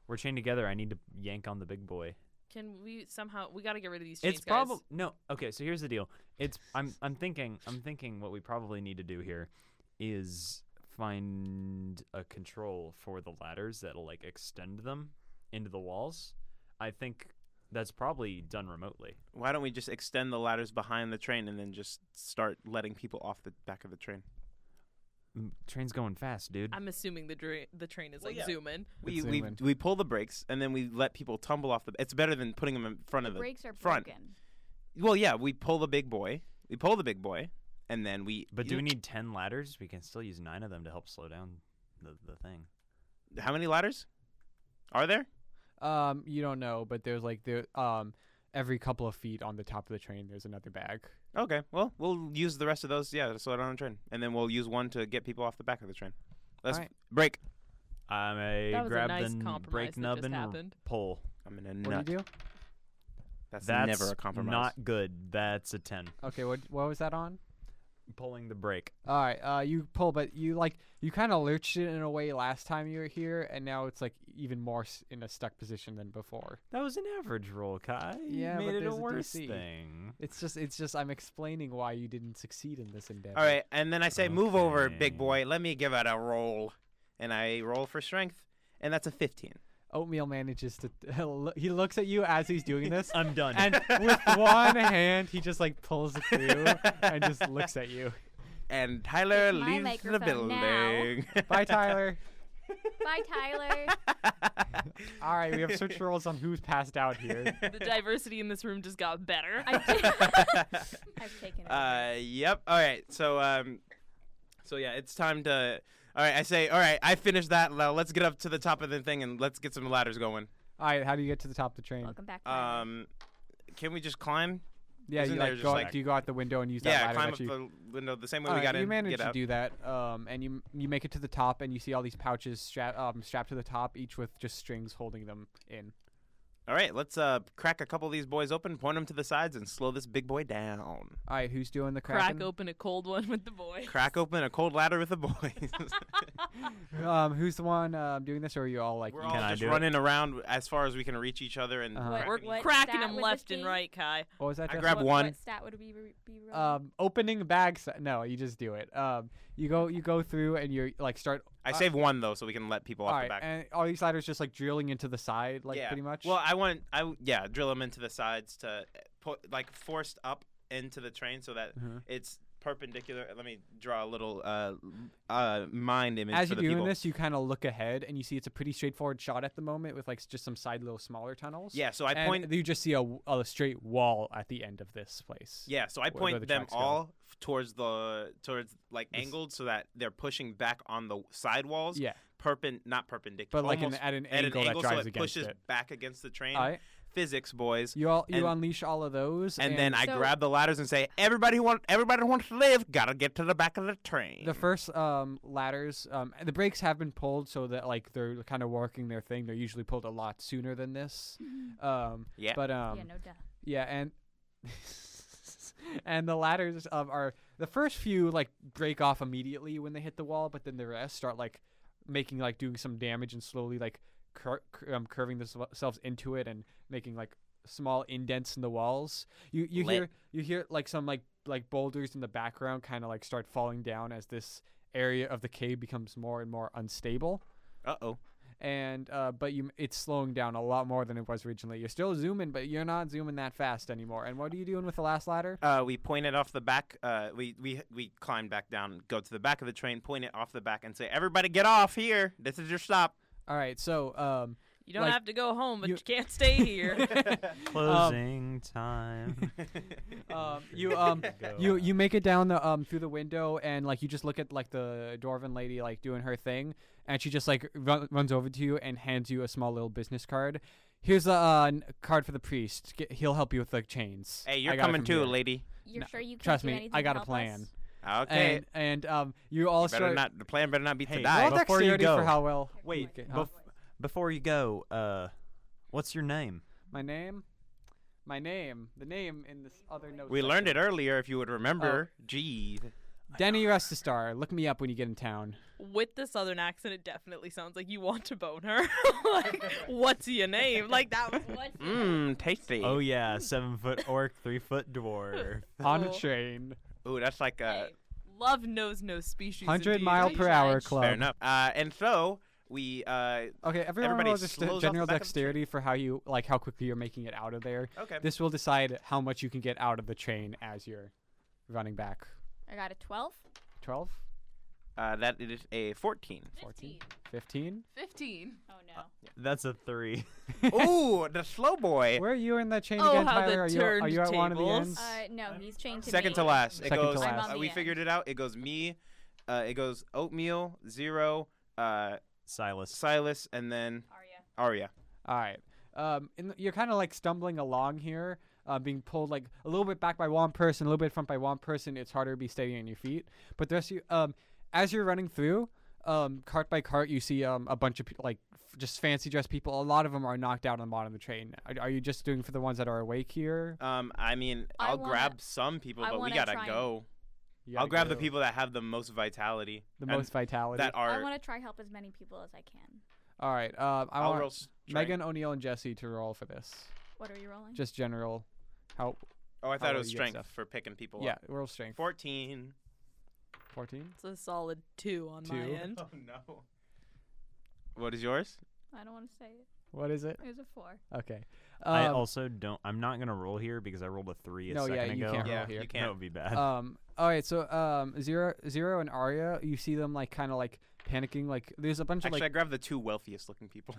S3: We're chained together. I need to yank on the big boy.
S4: Can we somehow? We got to get rid of these chains.
S3: It's
S4: guys.
S3: probably no. Okay, so here's the deal. It's I'm I'm thinking I'm thinking what we probably need to do here is find a control for the ladders that'll like extend them into the walls. I think that's probably done remotely.
S2: Why don't we just extend the ladders behind the train and then just start letting people off the back of the train?
S3: Mm, Train's going fast, dude.
S4: I'm assuming the dra- the train is
S2: Well,
S4: like
S2: yeah.
S4: zooming.
S2: We
S1: It's
S2: we,
S1: England.
S2: we pull the brakes and then we let people tumble off the. It's better than putting them in front
S5: The
S2: of the.
S5: brakes are
S2: front.
S5: broken.
S2: Well, yeah, we pull the big boy. We pull the big boy, and then we.
S3: But do we need ten ladders? We can still use nine of them to help slow down the, the thing.
S2: how many ladders? Are there?
S1: Um, you don't know, but there's like the um, every couple of feet on the top of the train, there's another bag.
S2: Okay, well, we'll use the rest of those. Yeah, to slow down the train, and then we'll use one to get people off the back of the train. Let's
S1: Alright.
S2: break.
S3: I may
S4: That was a
S3: grab
S4: nice
S3: the n-
S4: compromise
S3: brake
S4: that
S3: nub
S4: just
S3: and r-
S4: happened.
S3: pull.
S2: I'm in a
S1: What
S2: nut.
S1: do you do?
S2: That's,
S3: That's
S2: never a compromise.
S3: Not good. That's a ten.
S1: Okay, what what was that on?
S3: Pulling the brake.
S1: All right, uh, you pull, but you like you kind of lurched it in a way last time you were here, and now it's like even more s- in a stuck position than before.
S3: That was an average roll, Kai. You
S1: Yeah, but
S3: made it
S1: there's
S3: a
S1: a
S3: worse
S1: DC.
S3: thing.
S1: It's just it's just I'm explaining why you didn't succeed in this endeavor.
S2: All right, and then I say, "Move over,
S3: Okay.
S2: big boy. Let me give it a roll." And I roll for strength, and that's a 15.
S1: Oatmeal manages to he looks at you as he's doing this,
S3: I'm done.
S1: and um, with one hand he just like pulls it through and just looks at you.
S2: And Tyler
S5: It's my
S2: leaves the
S5: microphone now.
S2: building.
S1: Bye, Tyler.
S5: Bye, Tyler.
S1: All right, we have switch roles on who's passed out here.
S4: The diversity in this room just got better.
S5: I've, ta- I've taken it.
S2: Uh, yep. All right. So um, so yeah, it's time to. All right. I say. All right. I finished that. Now let's get up to the top of the thing and let's get some ladders going.
S1: All right, how do you get to the top of the train?
S5: Welcome back. Tyler.
S2: Um, can we just climb?
S1: yeah,
S2: isn't
S1: you
S2: there
S1: like
S2: just,
S1: go,
S2: like-
S1: do you go out the window and use that
S2: yeah,
S1: ladder
S2: climb
S1: that
S2: up
S1: you.
S2: the window the same way
S1: All
S2: we
S1: right,
S2: got
S1: you
S2: in.
S1: manage
S2: get
S1: to
S2: out.
S1: do that, um, and you you make it to the top, and you see all these pouches strapped um, strapped to the top, each with just strings holding them in.
S2: All right. Let's uh crack a couple of these boys open, point them to the sides, and slow this big boy down.
S1: All right, who's doing the
S4: Crack
S1: cracking?
S4: open a cold one with the boy.
S2: Crack open a cold ladder with the boys.
S1: Um, who's the one um, doing this, or are you all like?
S2: We're
S1: equal?
S2: all
S3: Can I
S2: just
S3: do it?
S2: running around as far as we can reach each other and.
S1: Uh-huh.
S5: What-
S2: cracking
S4: We're
S2: each-
S5: what-
S4: cracking
S5: stat
S4: them
S5: with
S4: left
S5: the
S4: and
S5: key?
S4: right, Kai.
S1: what was that?
S2: I
S1: Jess?
S2: grab
S5: what,
S2: one.
S5: What stat would be re- be rolling?
S1: um opening bags no you just do it um you go you go through and you like start
S2: I save one though, so we can let people
S1: all
S2: off
S1: right
S2: the back.
S1: and all these ladders just like drilling into the side like
S2: yeah.
S1: pretty much
S2: Well, I want I w- yeah drill them into the sides to put like forced up into the train so that
S1: Mhm.
S2: it's perpendicular. Let me draw a little uh, uh, mind image
S1: As
S2: for
S1: you're
S2: the
S1: doing
S2: people.
S1: this, you kind of look ahead and you see it's a pretty straightforward shot at the moment with like s- just some side little smaller tunnels.
S2: Yeah, so I
S1: and
S2: point.
S1: You just see a, w- a straight wall at the end of this place.
S2: Yeah, so I
S1: where
S2: point
S1: the
S2: them
S1: tracks go.
S2: all f- towards the towards like
S1: This-
S2: angled so that they're pushing back on the sidewalls.
S1: Yeah.
S2: perpen not perpendicular,
S1: But like an,
S2: almost
S1: at an
S2: at
S1: angle,
S2: an angle,
S1: that drives
S2: so it
S1: against
S2: pushes
S1: it.
S2: back against the train.
S1: All right.
S2: Physics, boys.
S1: You all you
S2: And-
S1: unleash all of those,
S2: and then I
S5: So-
S2: grab the ladders and say, "Everybody who want, everybody who wants to live, gotta get to the back of the train."
S1: the first um, ladders, um, the brakes have been pulled so that like they're kind of working their thing. They're usually pulled a lot sooner than this. Um,
S2: Yeah.
S1: But um,
S5: yeah, no duh.
S1: yeah, and and the ladders um, are the first few like break off immediately when they hit the wall, but then the rest start like making like doing some damage and slowly like cur- cur- um, curving themselves into it and making like small indents in the walls. You you
S2: Lit.
S1: hear you hear like some like like boulders in the background kind of like start falling down as this area of the cave becomes more and more unstable
S2: uh oh,
S1: and uh, but you it's slowing down a lot more than it was originally. You're still zooming, but you're not zooming that fast anymore. And what are you doing with the last ladder?
S2: uh, we point it off the back. Uh, we we we climb back down, go to the back of the train, point it off the back, and say, "Everybody get off here. This is your stop."
S1: All right, so um,
S4: You don't
S1: Like,
S4: have to go home, but
S1: you-
S4: you can't stay here.
S3: Closing time.
S1: um, you um, you you make it down the um through the window, and like you just look at like the dwarven lady like doing her thing, and she just like run, runs over to you and hands you a small little business card. Here's a uh, n- card for the priest. Get, he'll help you with the chains.
S2: Hey,
S1: I
S2: you're
S1: got it
S2: coming
S1: from
S2: too,
S1: here.
S2: lady.
S5: You're
S1: No,
S5: sure you can't
S1: trust
S5: do
S1: me, I
S5: anything to
S1: got a
S5: help
S1: plan.
S5: us?
S2: Okay.
S1: And and um, you all
S2: You better
S1: start.
S2: not. The plan better not be to
S3: Hey,
S2: die.
S1: roll
S3: Before you
S1: dexterity for
S3: go.
S1: how well.
S3: Wait,
S1: Okay, huh?
S3: bef- before you go, uh, what's your name?
S1: My name? My name. The name in this other note.
S2: we learned it earlier, if you would remember.
S5: Oh.
S2: Gee.
S1: Denny Restastar. Look me up when you get in town.
S4: With the southern accent, it definitely sounds like you want to bone her. like, what's your name? Like that was what.
S2: Mmm, tasty.
S3: Oh yeah, seven foot orc, three foot dwarf.
S1: On a
S4: Cool.
S1: train.
S2: Ooh, that's like uh,
S4: Hey, love knows no species.
S1: 100
S4: indeed.
S1: mile per hour club.
S2: fair enough. Uh, and so we uh,
S1: Okay, everyone
S2: Everybody
S1: roll just a
S2: slows off the
S1: general
S2: back of the train.
S1: dexterity for how you like how quickly you're making it out of there.
S2: okay.
S1: This will decide how much you can get out of the train as you're running back.
S5: I got a 12.
S1: 12,
S2: Uh, that is a fourteen.
S1: 14, 15.
S4: 15.
S5: Oh no.
S3: That's a three.
S2: Ooh, the slow boy.
S1: Where are you in that chain
S4: Oh,
S1: again,
S4: how the
S1: Tyler? Are you, are you at one of the
S4: turntables.
S1: ends?
S5: Uh, no, he's chained to
S2: Second
S5: me.
S2: to last. It
S1: Second to
S2: goes.
S1: last.
S5: I'm on
S2: uh,
S5: the
S2: we
S5: end.
S2: figured it out. It goes me. Uh, it goes oatmeal zero. Uh,
S3: Silas.
S2: Silas and then
S5: Arya.
S2: Arya.
S1: All right. Um, and you're kind of like stumbling along here, uh, being pulled like a little bit back by one person, a little bit front by one person. It's harder to be steady on your feet. But the rest of you, um, as you're running through, um, cart by cart, you see um, a bunch of pe- like f- just fancy dressed people. A lot of them are knocked out on the bottom of the train. Are, are you just doing for the ones that are awake here?
S2: Um, I mean,
S5: I
S2: I'll
S5: wanna-
S2: grab some people,
S5: I
S2: but we
S5: wanna
S2: gotta
S5: try and-
S2: go.
S1: You
S2: I'll
S1: gotta
S2: grab the
S1: go.
S2: people that have the most vitality.
S1: the
S2: and
S1: most vitality.
S2: that
S5: I
S2: are.
S5: want to try help as many people as I can.
S1: All right. Um, I
S2: I'll
S1: want
S2: roll s- try and-
S1: Megan O'Neill and Jesse to roll for this.
S5: What are you rolling?
S1: Just general. How?
S2: Oh, I
S1: I'll
S2: thought it
S1: roll
S2: was
S1: you get
S2: strength
S1: stuff.
S2: for picking people.
S1: Yeah,
S2: up.
S1: roll strength.
S2: fourteen.
S1: Fourteen.
S4: It's a solid two on my
S1: Two.
S4: end.
S2: no. What is yours?
S5: I don't want to say it.
S1: What is it?
S5: It was a 4.
S1: Okay.
S3: I
S1: Um,
S3: also don't. I'm not gonna roll here because I rolled a three a
S1: No,
S3: second
S1: yeah, you
S3: ago.
S1: can't
S2: Yeah,
S1: roll here.
S2: you can't.
S3: That would be bad.
S1: um all right so um zero zero and Arya, you see them like kind of like panicking like there's a bunch
S2: Actually, I
S1: of
S2: grabbed the two wealthiest looking people.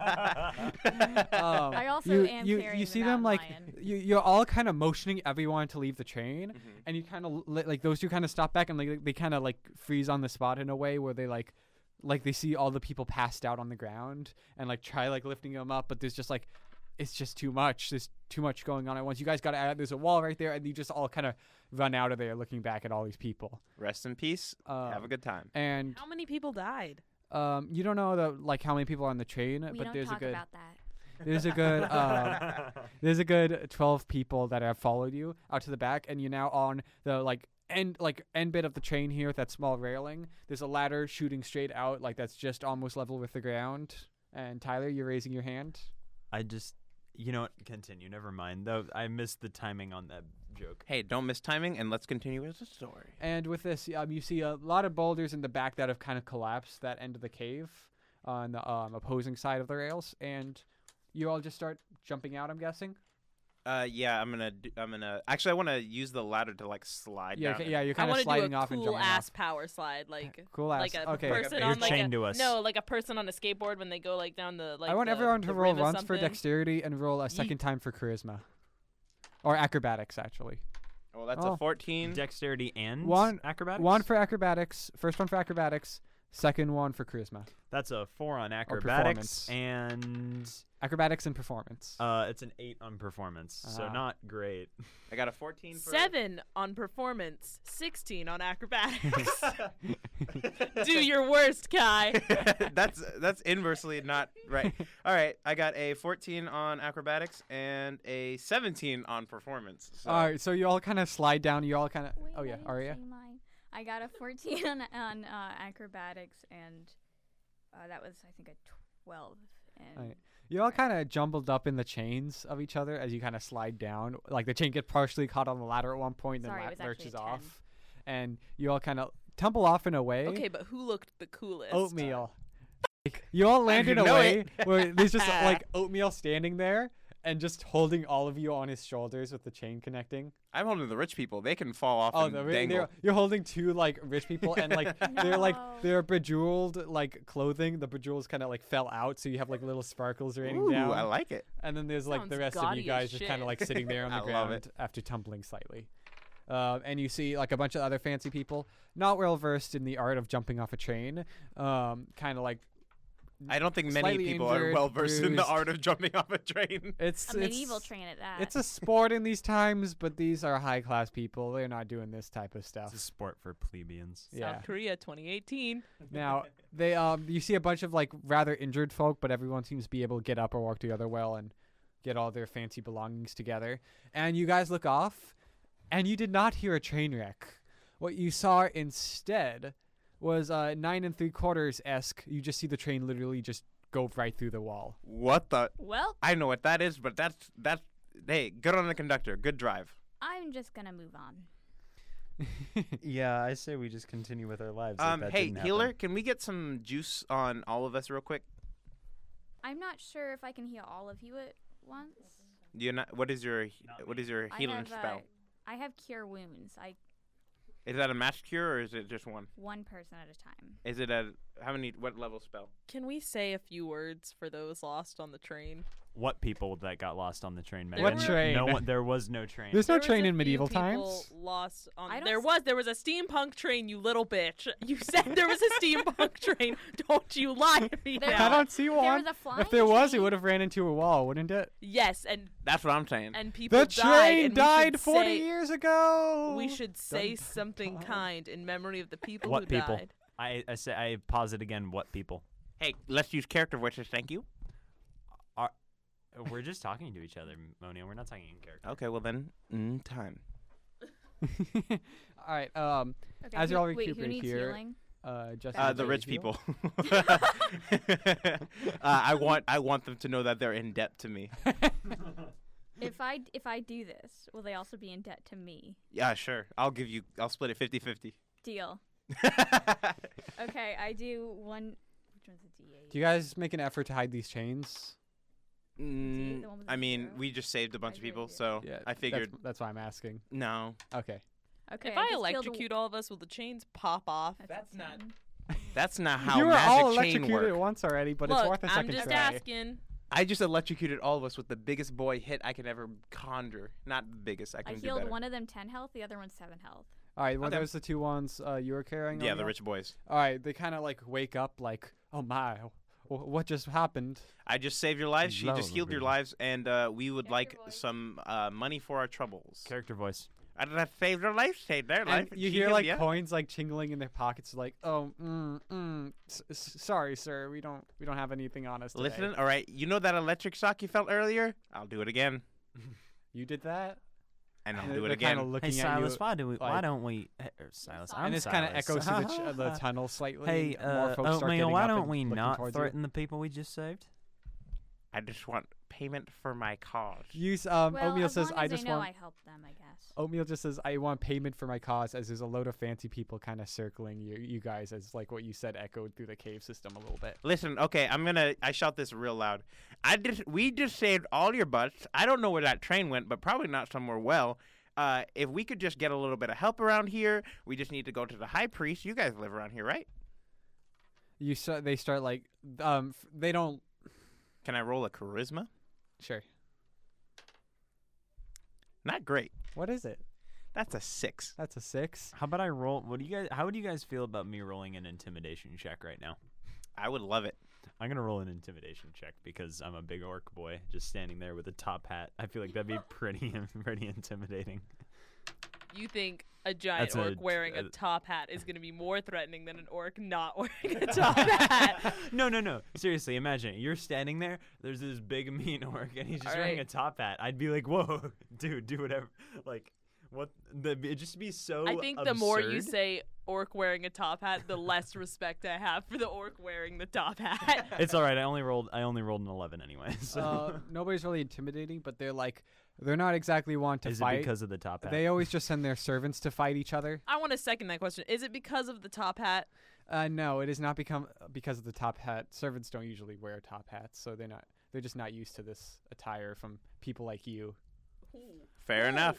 S1: like um,
S5: I also
S1: you,
S5: am
S1: you,
S5: carrying
S1: you
S5: the
S1: see them
S5: mountain
S1: like
S5: lion.
S1: you, you're all kind of motioning everyone to leave the train
S2: Mhm.
S1: and you kind of like those two kind of stop back and like they kind of like freeze on the spot in a way where they like like they see all the people passed out on the ground and like try like lifting them up but there's just like it's just too much there's too much going on at once you guys gotta add there's a wall right there and you just all kind of run out of there looking back at all these people
S2: Rest in peace. Have a
S1: Um,
S2: good time.
S1: and
S4: How many people died?
S1: Um, you don't know the like how many people are on the train,
S5: We
S1: but
S5: don't
S1: there's a
S5: talk
S1: good
S5: about that.
S1: there's a good um, there's a good twelve people that have followed you out to the back, and you're now on the like end like end bit of the train here with that small railing. There's a ladder shooting straight out, like that's just almost level with the ground. And Tyler, you're raising your hand.
S3: I just, you know what? Continue. Never mind. Though I missed the timing on that joke.
S2: Hey, don't miss timing, and let's continue with the story.
S1: And with this, um, you see a lot of boulders in the back that have kind of collapsed that end of the cave on the um, opposing side of the rails, and you all just start jumping out. I'm guessing.
S2: Uh, yeah, I'm gonna. Do, I'm gonna. Actually, I want to use the ladder to like slide
S1: Yeah,
S2: down.
S1: okay,
S2: it.
S1: yeah, you're kind
S4: I
S1: of
S4: wanna
S1: sliding
S4: do a
S1: off and
S4: cool
S1: jumping
S4: ass
S1: off.
S4: power slide, like
S1: Cool ass.
S4: like a
S1: okay.
S4: person
S3: You're
S4: on like
S3: chained
S4: a,
S3: to us.
S4: no, like a person on a skateboard when they go like down the like.
S1: I want
S4: the-
S1: everyone to
S4: the
S1: roll
S4: riv or
S1: once for
S4: something.
S1: dexterity and roll a second time for charisma, or acrobatics actually.
S2: Well, that's
S1: Oh.
S2: a 14.
S3: Dexterity and
S1: One-
S3: acrobatics.
S1: One for acrobatics. First one for acrobatics. Second one for charisma.
S3: That's a four on
S1: performance.
S3: acrobatics and
S1: Acrobatics and performance.
S3: uh, it's an eight on performance. So
S1: Ah.
S3: not great.
S2: I got a 14. For...
S4: Seven on performance, sixteen on acrobatics. do your worst, Kai.
S2: that's that's inversely not right. All right, I got a 14 on acrobatics and a 17 on performance. So.
S1: all right, so you all kind of slide down. You all kind of.
S5: Wait,
S1: Oh
S5: I
S1: yeah,
S5: didn't
S1: Arya.
S5: say mine. I got a 14 on, on uh, acrobatics, and uh, that was, I think, a 12. And
S1: Alright. You all kind of jumbled up in the chains of each other as you kind of slide down. Like the chain gets partially caught on the ladder at one point, and
S5: Sorry,
S1: then
S5: it was
S1: la-
S5: actually
S1: lurches
S5: a 10.
S1: off, and you all kind of tumble off in a way.
S4: Okay, but who looked the coolest?
S1: oatmeal. Like, you all land in a
S2: know
S1: way where there's just like oatmeal standing there and just holding all of you on his shoulders with the chain connecting.
S2: I'm holding the rich people. They can fall off
S1: Oh,
S2: and
S1: the, re-
S2: dangle.
S1: they're, you're holding two like rich people and like they're like
S5: No.
S1: they're bejeweled like clothing. The bejewels kind of like fell out, so you have like little sparkles raining
S2: Ooh,
S1: down.
S2: I like it.
S1: And then there's like the
S4: Sounds
S1: rest of
S4: gaudy
S1: you
S4: as
S1: guys just kind
S4: shit.
S1: of like sitting there on
S2: I
S1: the
S2: love
S1: ground after tumbling slightly. Um, and you see like a bunch of other fancy people, not well versed in the art of jumping off a train, um, kind of like
S2: I don't think many
S1: Slightly
S2: people are
S1: injured,
S2: well versed in the
S1: bruised.
S2: art of jumping off a train.
S1: it's
S5: a medieval
S1: it's-
S5: train at that.
S1: It's a sport in these times, but these are high class people. They're not doing this type of
S3: It's a
S1: stuff.
S3: sport for plebeians.
S4: South
S1: yeah.
S4: Korea, 2018.
S1: Now they um you see a bunch of like rather injured folk, but everyone seems to be able to get up or walk together well and get all their fancy belongings together. And you guys look off and you did not hear a train wreck. What you saw instead was uh nine and three quarters esque. You just see the train literally just go right through the wall.
S2: What the?
S5: well,
S2: I know what that is, but that's that's. Hey, good on the conductor. Good drive.
S5: I'm just going to move on.
S3: Yeah, I say we just continue with our lives.
S2: Um, hey, healer, can we get some juice on all of us real quick?
S5: I'm not sure if I can heal all of you at once.
S2: You not? What is your what is your healing
S5: I have,
S2: spell?
S5: Uh, I have cure wounds. I
S2: Is that a match cure or is it just one?
S5: one person at a time.
S2: Is it a how many what level spell?
S4: Can we say a few words for those lost on the train?
S3: what people that got lost on the train?
S4: There
S3: Megan?
S4: What
S1: train?
S3: No one. There was no train.
S1: There's no
S4: There was
S1: train
S4: a
S1: in
S4: few
S1: medieval
S4: people
S1: times.
S4: Lost on
S5: I don't
S4: there
S5: s-
S4: was there was a steampunk train, you little bitch. You said there was a steampunk train. Don't you lie to me
S5: There
S4: now.
S1: I don't see
S5: was
S1: one.
S5: a
S1: if
S5: flying
S1: there was, it
S5: train.
S1: would have ran into a wall, wouldn't it?
S4: Yes, and
S2: That's what I'm saying.
S4: and people
S1: The
S4: died,
S1: train
S4: and we
S1: died
S4: should
S1: 40
S4: say,
S1: years ago.
S4: We should say
S1: dun,
S4: something
S1: dun.
S4: kind in memory of the people
S3: What
S4: who
S3: people?
S4: died.
S3: I, I say I pause it again. What people?
S2: hey, let's use character voices. Thank you.
S3: We're just talking to each other, Monia. We're not talking in character.
S2: Okay, well then, mm, time.
S1: all right. Um,
S5: Okay,
S1: As
S5: who-
S1: you all
S5: wait, who
S1: recuperate
S5: needs
S1: here-
S5: healing?
S1: uh, Justin,
S2: Uh,
S1: would
S2: the
S1: you
S2: rich
S1: heal?
S2: people. uh, I want I want them to know that they're in debt to me.
S5: if I if I do this, will they also be in debt to me?
S2: Yeah, sure. I'll give you. I'll split it 50-50.
S5: Deal. Okay, I do one. Which one's a D eight?
S1: Do you guys make an effort to hide these chains?
S2: Mm,
S5: one with
S2: I
S5: the
S2: mean,
S5: zero?
S2: we just saved a bunch
S5: I
S2: of
S5: hear
S2: people,
S5: you.
S2: so I
S1: that's-
S2: figured
S1: That's, why I'm asking.
S2: no.
S1: Okay.
S5: okay,
S4: if I,
S5: just healed a-
S4: electrocute all of us, will the chains pop off?
S5: That's, not.
S2: That's not how
S1: you were
S2: magic
S1: all
S2: chain
S1: electrocuted
S2: works.
S1: once already, but
S4: Look,
S1: it's worth a
S4: I'm
S1: second
S4: just
S1: try.
S4: asking.
S2: I just electrocuted all of us with the biggest boy hit I can ever conjure. Not the biggest. I
S5: I
S2: can do
S5: healed
S2: better.
S5: one of them ten health, the other one seven health.
S1: All right. Well,
S2: Okay.
S1: those are the two ones uh, you were carrying.
S2: yeah,
S1: on
S2: the
S1: you?
S2: rich boys.
S1: All right. They kind of like wake up, like, oh my, wh- what just happened?
S2: I just saved your lives. She just
S3: Lovely.
S2: healed your lives, and uh, we would
S5: Character
S2: like
S5: voice.
S2: some uh, money for our troubles.
S3: Oh. Character voice.
S2: I did not save their life, save their
S1: And
S2: life.
S1: you
S2: she
S1: hear
S2: healed
S1: like
S2: ya.
S1: coins like chingling in their pockets, like, oh, mm, mm, s- s- sorry, sir, we don't, we don't have anything on us. Today.
S2: Listen, all right. You know that electric shock you felt earlier? I'll do it again,
S1: you did that.
S2: and I'll
S1: And
S2: do it
S1: they're kinda
S2: again.
S1: Looking
S3: hey,
S1: at
S3: Silas,
S1: you,
S3: why do we? why
S1: like-
S3: don't we? eh, er, Silas,
S5: Silas.
S3: I'm
S1: and this
S3: kind of
S1: echoes through the, ch- uh, the tunnel slightly.
S3: Hey,
S1: and more
S3: uh,
S1: folks start
S3: Oatmeal,
S1: getting
S3: why
S1: up
S3: don't
S1: and
S3: we
S1: looking
S3: not
S1: towards you.
S3: threaten the people we just saved?
S2: I just want payment for my cause.
S1: Use um.
S5: well,
S1: Oatmeal
S5: as
S1: says,
S5: long
S1: "I
S5: as
S1: just
S5: they know
S1: want."
S5: I helped them, I guess.
S1: Oatmeal just says, "I want payment for my cause." As there's a load of fancy people kind of circling you, you guys, as like what you said echoed through the cave system a little bit.
S2: Listen, okay, I'm gonna. I shout this real loud. I just, we just saved all your butts. I don't know where that train went, but probably not somewhere well. Uh, if we could just get a little bit of help around here, we just need to go to the high priest. You guys live around here, right?
S1: You start. They start like um. f- They don't.
S2: Can I roll a charisma?
S1: Sure.
S2: Not great.
S1: What is it?
S2: That's a six.
S1: That's a six.
S3: How about I roll? What do you guys? How would you guys feel about me rolling an intimidation check right now?
S2: I would love it.
S3: I'm gonna roll an intimidation check because I'm a big orc boy, just standing there with a top hat. I feel like that'd be pretty, pretty intimidating.
S4: You think a giant
S3: That's a-
S4: orc wearing a
S3: uh,
S4: top hat is going to be more threatening than an orc not wearing a top hat?
S3: no, no, no. Seriously, imagine it. you're standing there. There's this big mean orc, and he's just
S4: All
S3: wearing a
S4: right.
S3: top hat. I'd be like, "Whoa, dude, do whatever." Like, what? The, it'd just be so.
S4: I think the more you
S3: absurd.
S4: say orc wearing a top hat, the less respect I have for the orc wearing the top hat.
S3: it's all right. I only rolled. I only rolled an eleven anyway. So,
S1: Uh, nobody's really intimidating, but they're like, they're not exactly want to
S3: is
S1: fight.
S3: it because of the top hat?
S1: they always just send their servants to fight each other.
S4: I want to second that question. Is it because of the top hat?
S1: Uh, no, it is not become because of the top hat. Servants don't usually wear top hats, so they're not. They're just not used to this attire from people like you.
S2: Fair enough.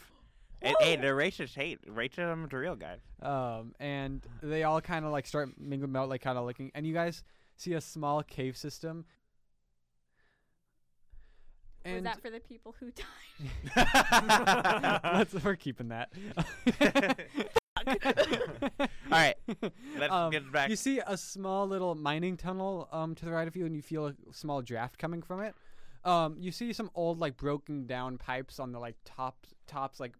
S2: And, hey, the racist hate. Racism's real, guys.
S1: Um, and they all kind of like start mingling out, like kind of looking. And you guys see a small cave system.
S5: Was
S1: And
S5: that for the people who died?
S1: let's, we're keeping that.
S2: All right, let's
S1: Um,
S2: get back.
S1: You see a small little mining tunnel um, to the right of you, and you feel a small draft coming from it. Um, you see some old, like broken down pipes on the like tops, tops, like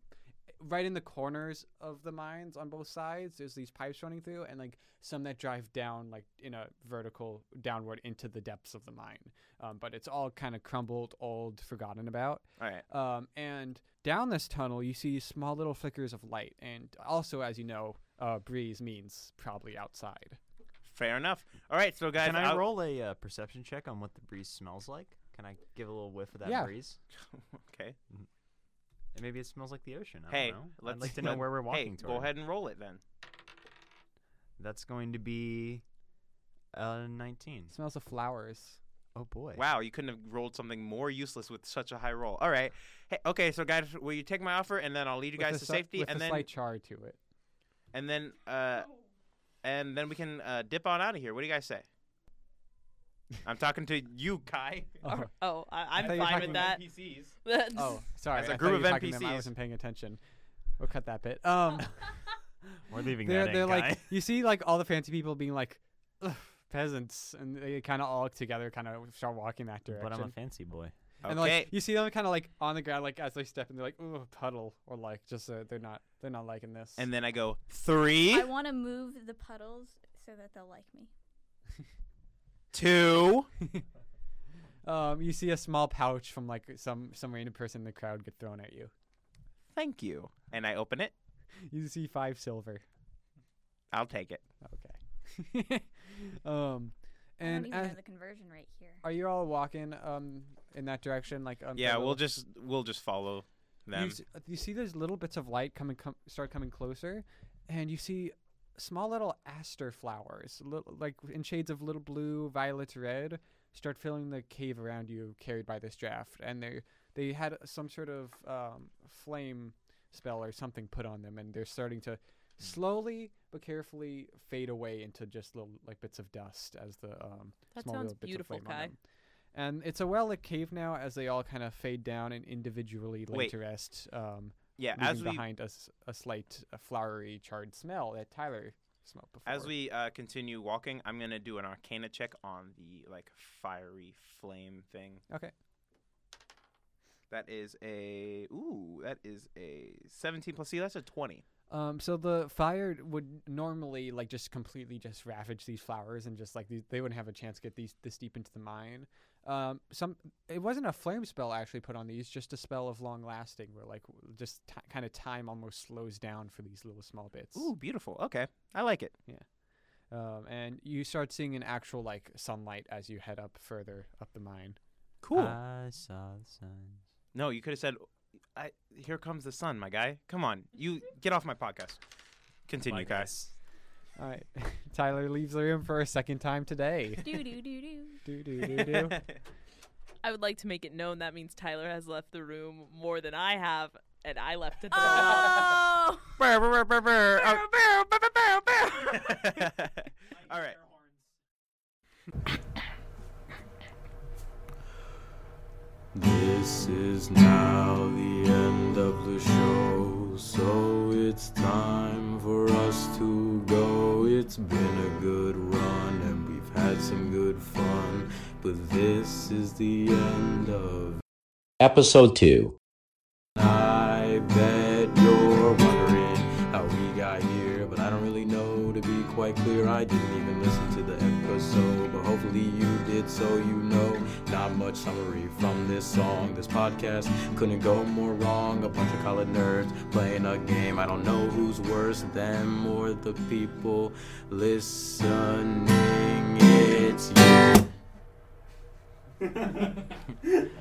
S1: right in the corners of the mines on both sides. There's these pipes running through, and like some that drive down, like in a vertical downward into the depths of the mine. Um, but it's all kind of crumbled, old, forgotten about.
S2: all right.
S1: Um, and down this tunnel, you see small little flickers of light. And also, as you know, uh, breeze means probably outside.
S2: Fair enough. All right, so guys,
S3: Can I
S2: I'll-
S3: roll a uh, perception check on what the breeze smells like? Can I give a little whiff of that
S1: Yeah.
S3: breeze?
S2: okay.
S3: And Maybe it smells like the ocean. I
S2: Hey,
S3: don't know.
S2: let's
S3: I'd like to know
S2: let-
S3: where we're
S2: Hey,
S3: walking toward.
S2: go ahead and roll it then.
S3: That's going to be uh, 19.
S1: It smells of flowers.
S3: Oh boy.
S2: Wow, you couldn't have rolled something more useless with such a high roll. All right. Hey, okay, so guys, will you take my offer and then I'll lead you
S1: With
S2: guys
S1: a
S2: to
S1: sli-
S2: safety
S1: with
S2: and
S1: a
S2: then
S1: slight char to it.
S2: and then uh and then we can uh, dip on out of here. What do you guys say? I'm talking to you, Kai.
S3: Uh-huh.
S1: Oh,
S4: Oh, I,
S1: I
S4: I'm
S1: thought you were
S4: fine
S1: talking
S4: with
S1: about
S4: that.
S2: NPCs.
S1: oh, sorry.
S2: As
S1: I
S2: a
S1: thought
S2: group
S1: you
S2: of
S1: were talking to them. I
S2: NPCs.
S1: wasn't paying attention. We'll cut that bit. Um,
S3: We're leaving
S1: they're
S3: that
S1: they're
S3: in,
S1: like
S3: Kai.
S1: you see like all the fancy people being like "Ugh, peasants, and they kind of all look together, kind of start walking that direction.
S3: But I'm a fancy boy.
S1: And
S2: okay.
S1: like you see them kind of like on the ground, like as they step, and they're like, "Ooh, puddle," or like just uh, they're not they're not liking this.
S2: and then I go three,
S5: I want to move the puddles so that they'll like me.
S2: two.
S1: um, you see a small pouch from like some some random person in the crowd get thrown at you.
S2: Thank you. And I open it.
S1: You see five silver.
S2: I'll take it.
S1: Okay. um,
S5: And
S1: and
S5: I don't even
S1: as-
S5: know the conversion rate here.
S1: are you all walking um in that direction? Like um, the
S2: Yeah,
S1: little-
S2: we'll just we'll just follow
S1: You,
S2: them.
S1: s- you see those little bits of light coming, com- start coming closer, and you see small little aster flowers, little, like in shades of little blue, violet, red, start filling the cave around you, carried by this draft. And they they had some sort of um, flame spell or something put on them, and they're starting to slowly but carefully fade away into just little like bits of dust as the um,
S4: That
S1: small
S4: sounds
S1: little bits
S4: beautiful,
S1: of flame on
S4: Kai.
S1: them. And it's a well-lit cave now, as they all kind of fade down and individually lay
S2: Wait.
S1: to rest. Um,
S2: yeah,
S1: leaving
S2: as we
S1: behind us a slight uh flowery charred smell that Tyler smelled before.
S2: As we uh, continue walking, I'm gonna do an Arcana check on the like fiery flame thing.
S1: Okay.
S2: That is a ooh. That is a 17 plus C. That's a 20.
S1: um, so the fire would normally like just completely just ravage these flowers and just like these, they wouldn't have a chance to get these this deep into the mine. Um, some it wasn't a flame spell actually put on these, just a spell of long lasting where like w- just t- kind of time almost slows down for these little small bits.
S2: Ooh, beautiful. Okay, I like it.
S1: Um, and you start seeing an actual like sunlight as you head up further up the mine.
S2: Cool.
S3: I saw the sun.
S2: no, you could have said, I, "Here comes the sun, my guy." Come on, you get off my podcast. Continue,
S3: Like
S2: guys.
S3: this.
S6: All right. Tyler leaves the room for a second time today.
S5: doo doo doo doo.
S6: do do do do.
S4: I would like to make it known that means Tyler has left the room more than I have, and I left it.
S5: Oh!
S2: Brr, brr, brr, brr, brr. Oh. All right.
S7: This is now the end of the show, so it's time for us to go. It's been a good run and we've had some good fun, but this is the end of
S8: Episode 2.
S7: I bet you're wondering how we got here, but I don't really know to be quite clear. I didn't even listen to the episode, but hopefully you did so you know. Not much summary from this song, this podcast couldn't go more wrong. A bunch of college nerds playing a game. I don't know who's worse, them or the people listening. It's you.